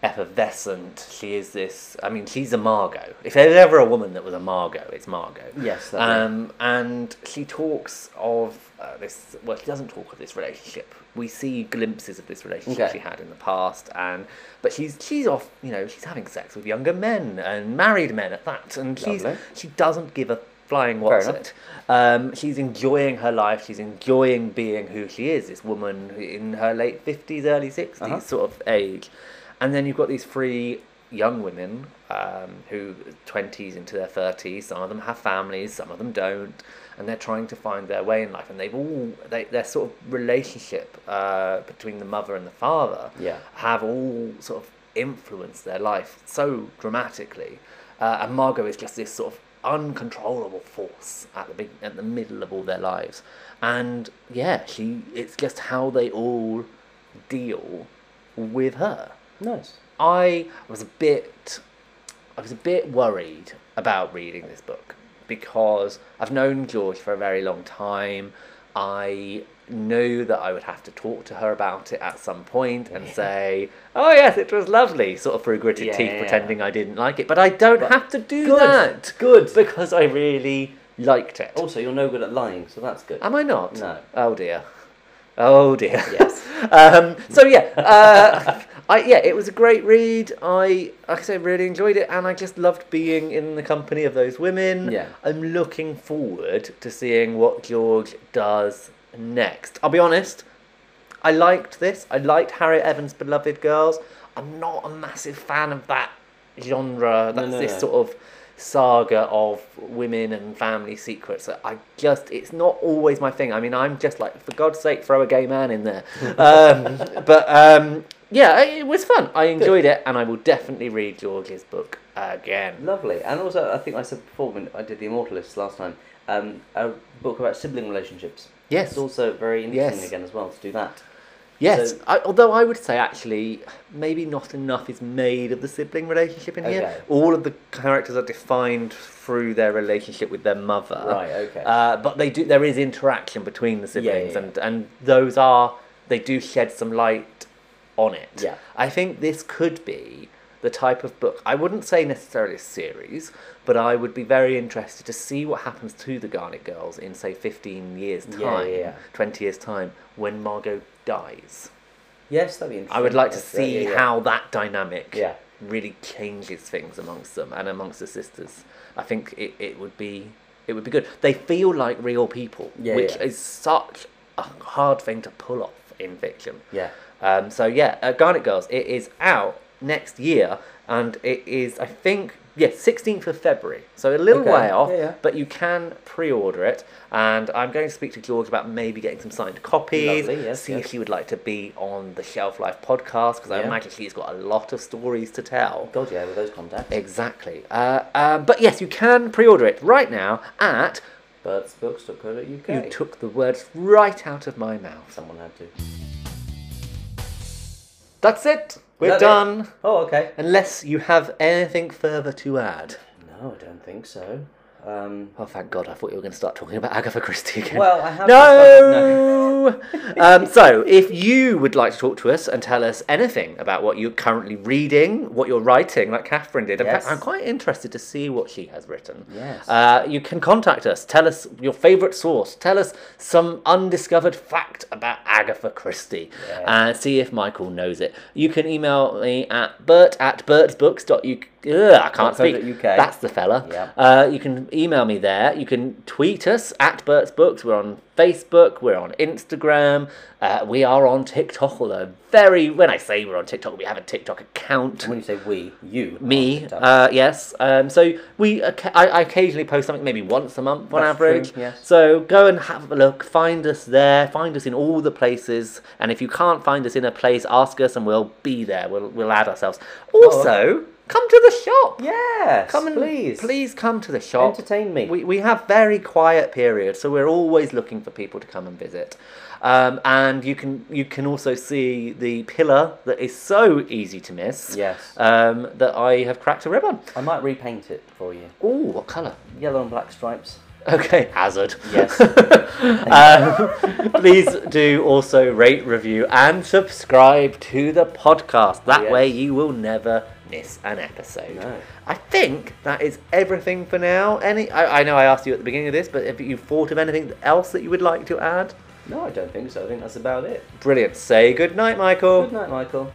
[SPEAKER 1] effervescent. She is this. I mean, she's a Margot. If there's ever a woman that was a Margot, it's Margot.
[SPEAKER 2] Yes, that's right.
[SPEAKER 1] Um, and she talks of uh, this. Well, she doesn't talk of this relationship. We see glimpses of this relationship
[SPEAKER 2] Okay.
[SPEAKER 1] she had in the past, and but she's she's off. You know, she's having sex with younger men and married men at that, and she's
[SPEAKER 2] Lovely.
[SPEAKER 1] she doesn't give a flying what's
[SPEAKER 2] enough.
[SPEAKER 1] it. Um, she's enjoying her life. She's enjoying being who she is. This woman in her late fifties, early 60s
[SPEAKER 2] Uh-huh.
[SPEAKER 1] sort of age, and then you've got these three young women um, who twenties into their thirties. Some of them have families, some of them don't, and they're trying to find their way in life. And they've all they, their sort of relationship uh, between the mother and the father
[SPEAKER 2] Yeah.
[SPEAKER 1] have all sort of influenced their life so dramatically. Uh, and Margot is just this sort of uncontrollable force at the big, at the middle of all their lives. And yeah, she it's just how they all deal with her.
[SPEAKER 2] Nice.
[SPEAKER 1] I was a bit I was a bit worried about reading this book because I've known George for a very long time. I knew that I would have to talk to her about it at some point and say, "Oh yes, it was lovely," sort of through gritted
[SPEAKER 2] Yeah,
[SPEAKER 1] teeth,
[SPEAKER 2] yeah.
[SPEAKER 1] pretending I didn't like it. But I don't
[SPEAKER 2] But-
[SPEAKER 1] have to do
[SPEAKER 2] Good,
[SPEAKER 1] that
[SPEAKER 2] good.
[SPEAKER 1] because I really liked it.
[SPEAKER 2] Also, you're no good at lying, so that's good.
[SPEAKER 1] Am I not?
[SPEAKER 2] No.
[SPEAKER 1] Oh dear. Oh dear.
[SPEAKER 2] Yes.
[SPEAKER 1] um, so yeah, uh, I yeah, it was a great read. I like I said, really enjoyed it, and I just loved being in the company of those women.
[SPEAKER 2] Yeah.
[SPEAKER 1] I'm looking forward to seeing what George does next. I'll be honest. I liked this. I liked Harriet Evans' Beloved Girls. I'm not a massive fan of that genre. That's
[SPEAKER 2] no,
[SPEAKER 1] this
[SPEAKER 2] no.
[SPEAKER 1] sort of saga of women and family secrets. I just, it's not always my thing. I mean, I'm just like, for God's sake, throw a gay man in there. um, but um, yeah, it it was fun. I enjoyed it, and I will definitely read George's book again.
[SPEAKER 2] Lovely. And also, I think I said before when I did The Immortalists last time, um, a book about sibling relationships.
[SPEAKER 1] Yes.
[SPEAKER 2] It's also very interesting
[SPEAKER 1] Yes.
[SPEAKER 2] again as well to do that.
[SPEAKER 1] Yes,
[SPEAKER 2] So-
[SPEAKER 1] I, although I would say actually, maybe not enough is made of the sibling relationship in
[SPEAKER 2] Okay.
[SPEAKER 1] here. All of the characters are defined through their relationship with their mother.
[SPEAKER 2] Right, okay.
[SPEAKER 1] Uh, but they do. There is interaction between the
[SPEAKER 2] yeah,
[SPEAKER 1] siblings,
[SPEAKER 2] yeah.
[SPEAKER 1] and and those are they do shed some light on it.
[SPEAKER 2] Yeah.
[SPEAKER 1] I think this could be the type of book. I wouldn't say necessarily a series, but I would be very interested to see what happens to the Garnet Girls in say fifteen years time,
[SPEAKER 2] Yeah, yeah, yeah.
[SPEAKER 1] twenty years time, when Margot dies.
[SPEAKER 2] Yes, that'd be interesting.
[SPEAKER 1] I would like to
[SPEAKER 2] That's right,
[SPEAKER 1] see
[SPEAKER 2] yeah, yeah.
[SPEAKER 1] how that dynamic
[SPEAKER 2] Yeah.
[SPEAKER 1] really changes things amongst them and amongst the sisters. I think it, it would be it would be good. They feel like real people,
[SPEAKER 2] Yeah,
[SPEAKER 1] which
[SPEAKER 2] yeah.
[SPEAKER 1] is such a hard thing to pull off in fiction.
[SPEAKER 2] Yeah.
[SPEAKER 1] Um, so yeah, uh, Garnet Girls. It is out next year, and it is I think yes, sixteenth of February. So a little
[SPEAKER 2] Okay.
[SPEAKER 1] way off,
[SPEAKER 2] Yeah, yeah.
[SPEAKER 1] but you can pre-order it. And I'm going to speak to George about maybe getting some signed copies.
[SPEAKER 2] Lovely, yes,
[SPEAKER 1] see
[SPEAKER 2] yes.
[SPEAKER 1] if she would like to be on the Shelf Life podcast because I
[SPEAKER 2] Yeah.
[SPEAKER 1] imagine she's got a lot of stories to tell.
[SPEAKER 2] God, yeah, with those contacts.
[SPEAKER 1] Exactly. Uh, um, but yes, you can pre-order it right now at.
[SPEAKER 2] Birdsbooks.co.uk.
[SPEAKER 1] You took the words right out of my mouth.
[SPEAKER 2] Someone had to.
[SPEAKER 1] That's it. We're
[SPEAKER 2] That it?
[SPEAKER 1] done.
[SPEAKER 2] Oh, okay.
[SPEAKER 1] Unless you have anything further to add.
[SPEAKER 2] No, I don't think so. Um,
[SPEAKER 1] Oh, thank God! I thought you were going to start talking about Agatha Christie again.
[SPEAKER 2] well, I have
[SPEAKER 1] no. um, so, if you would like to talk to us and tell us anything about what you're currently reading, what you're writing, like Catherine did, in fact,
[SPEAKER 2] Yes.
[SPEAKER 1] I'm quite interested to see what she has written.
[SPEAKER 2] Yes.
[SPEAKER 1] Uh, you can contact us. Tell us your favourite source. Tell us some undiscovered fact about Agatha Christie and see if Michael knows it. You can email me at bert at bertsbooks.uk. Ugh, I can't speak.
[SPEAKER 2] .co.uk.
[SPEAKER 1] That's the fella.
[SPEAKER 2] Yep.
[SPEAKER 1] Uh, you can email me there. You can tweet us at Bert's Books. We're on Facebook. We're on Instagram. Uh, we are on TikTok. Although very, when I say we're on TikTok, we have a TikTok account.
[SPEAKER 2] When you say we, you.
[SPEAKER 1] Me,
[SPEAKER 2] are the
[SPEAKER 1] uh, yes. Um, so we, occa- I, I occasionally post something maybe once a month on
[SPEAKER 2] That's
[SPEAKER 1] average.
[SPEAKER 2] true, yes.
[SPEAKER 1] So go and have a look. Find us there. Find us in all the places. And if you can't find us in a place, ask us, and we'll be there. We'll we'll add ourselves. Also, come to the shop.
[SPEAKER 2] Oh, Yes.
[SPEAKER 1] Come and
[SPEAKER 2] please.
[SPEAKER 1] please come to the shop.
[SPEAKER 2] Entertain me.
[SPEAKER 1] We, we have very quiet periods, so we're always looking for people to come and visit. Um, and you can you can also see the pillar that is so easy to miss.
[SPEAKER 2] Yes.
[SPEAKER 1] Um, that I have cracked a rib on.
[SPEAKER 2] I might repaint it for you.
[SPEAKER 1] Ooh, what colour?
[SPEAKER 2] Yellow and black stripes.
[SPEAKER 1] Okay, hazard.
[SPEAKER 2] Yes.
[SPEAKER 1] um, please do also rate, review, and subscribe to the podcast. That
[SPEAKER 2] Yes.
[SPEAKER 1] way, you will never miss an episode.
[SPEAKER 2] No.
[SPEAKER 1] I think that is everything for now. Any, I, I know I asked you at the beginning of this, but if you thought of anything else that you would like to add,
[SPEAKER 2] No, I don't think so. I think that's about it.
[SPEAKER 1] brilliant. Say good night, Michael.
[SPEAKER 2] Good night, Michael.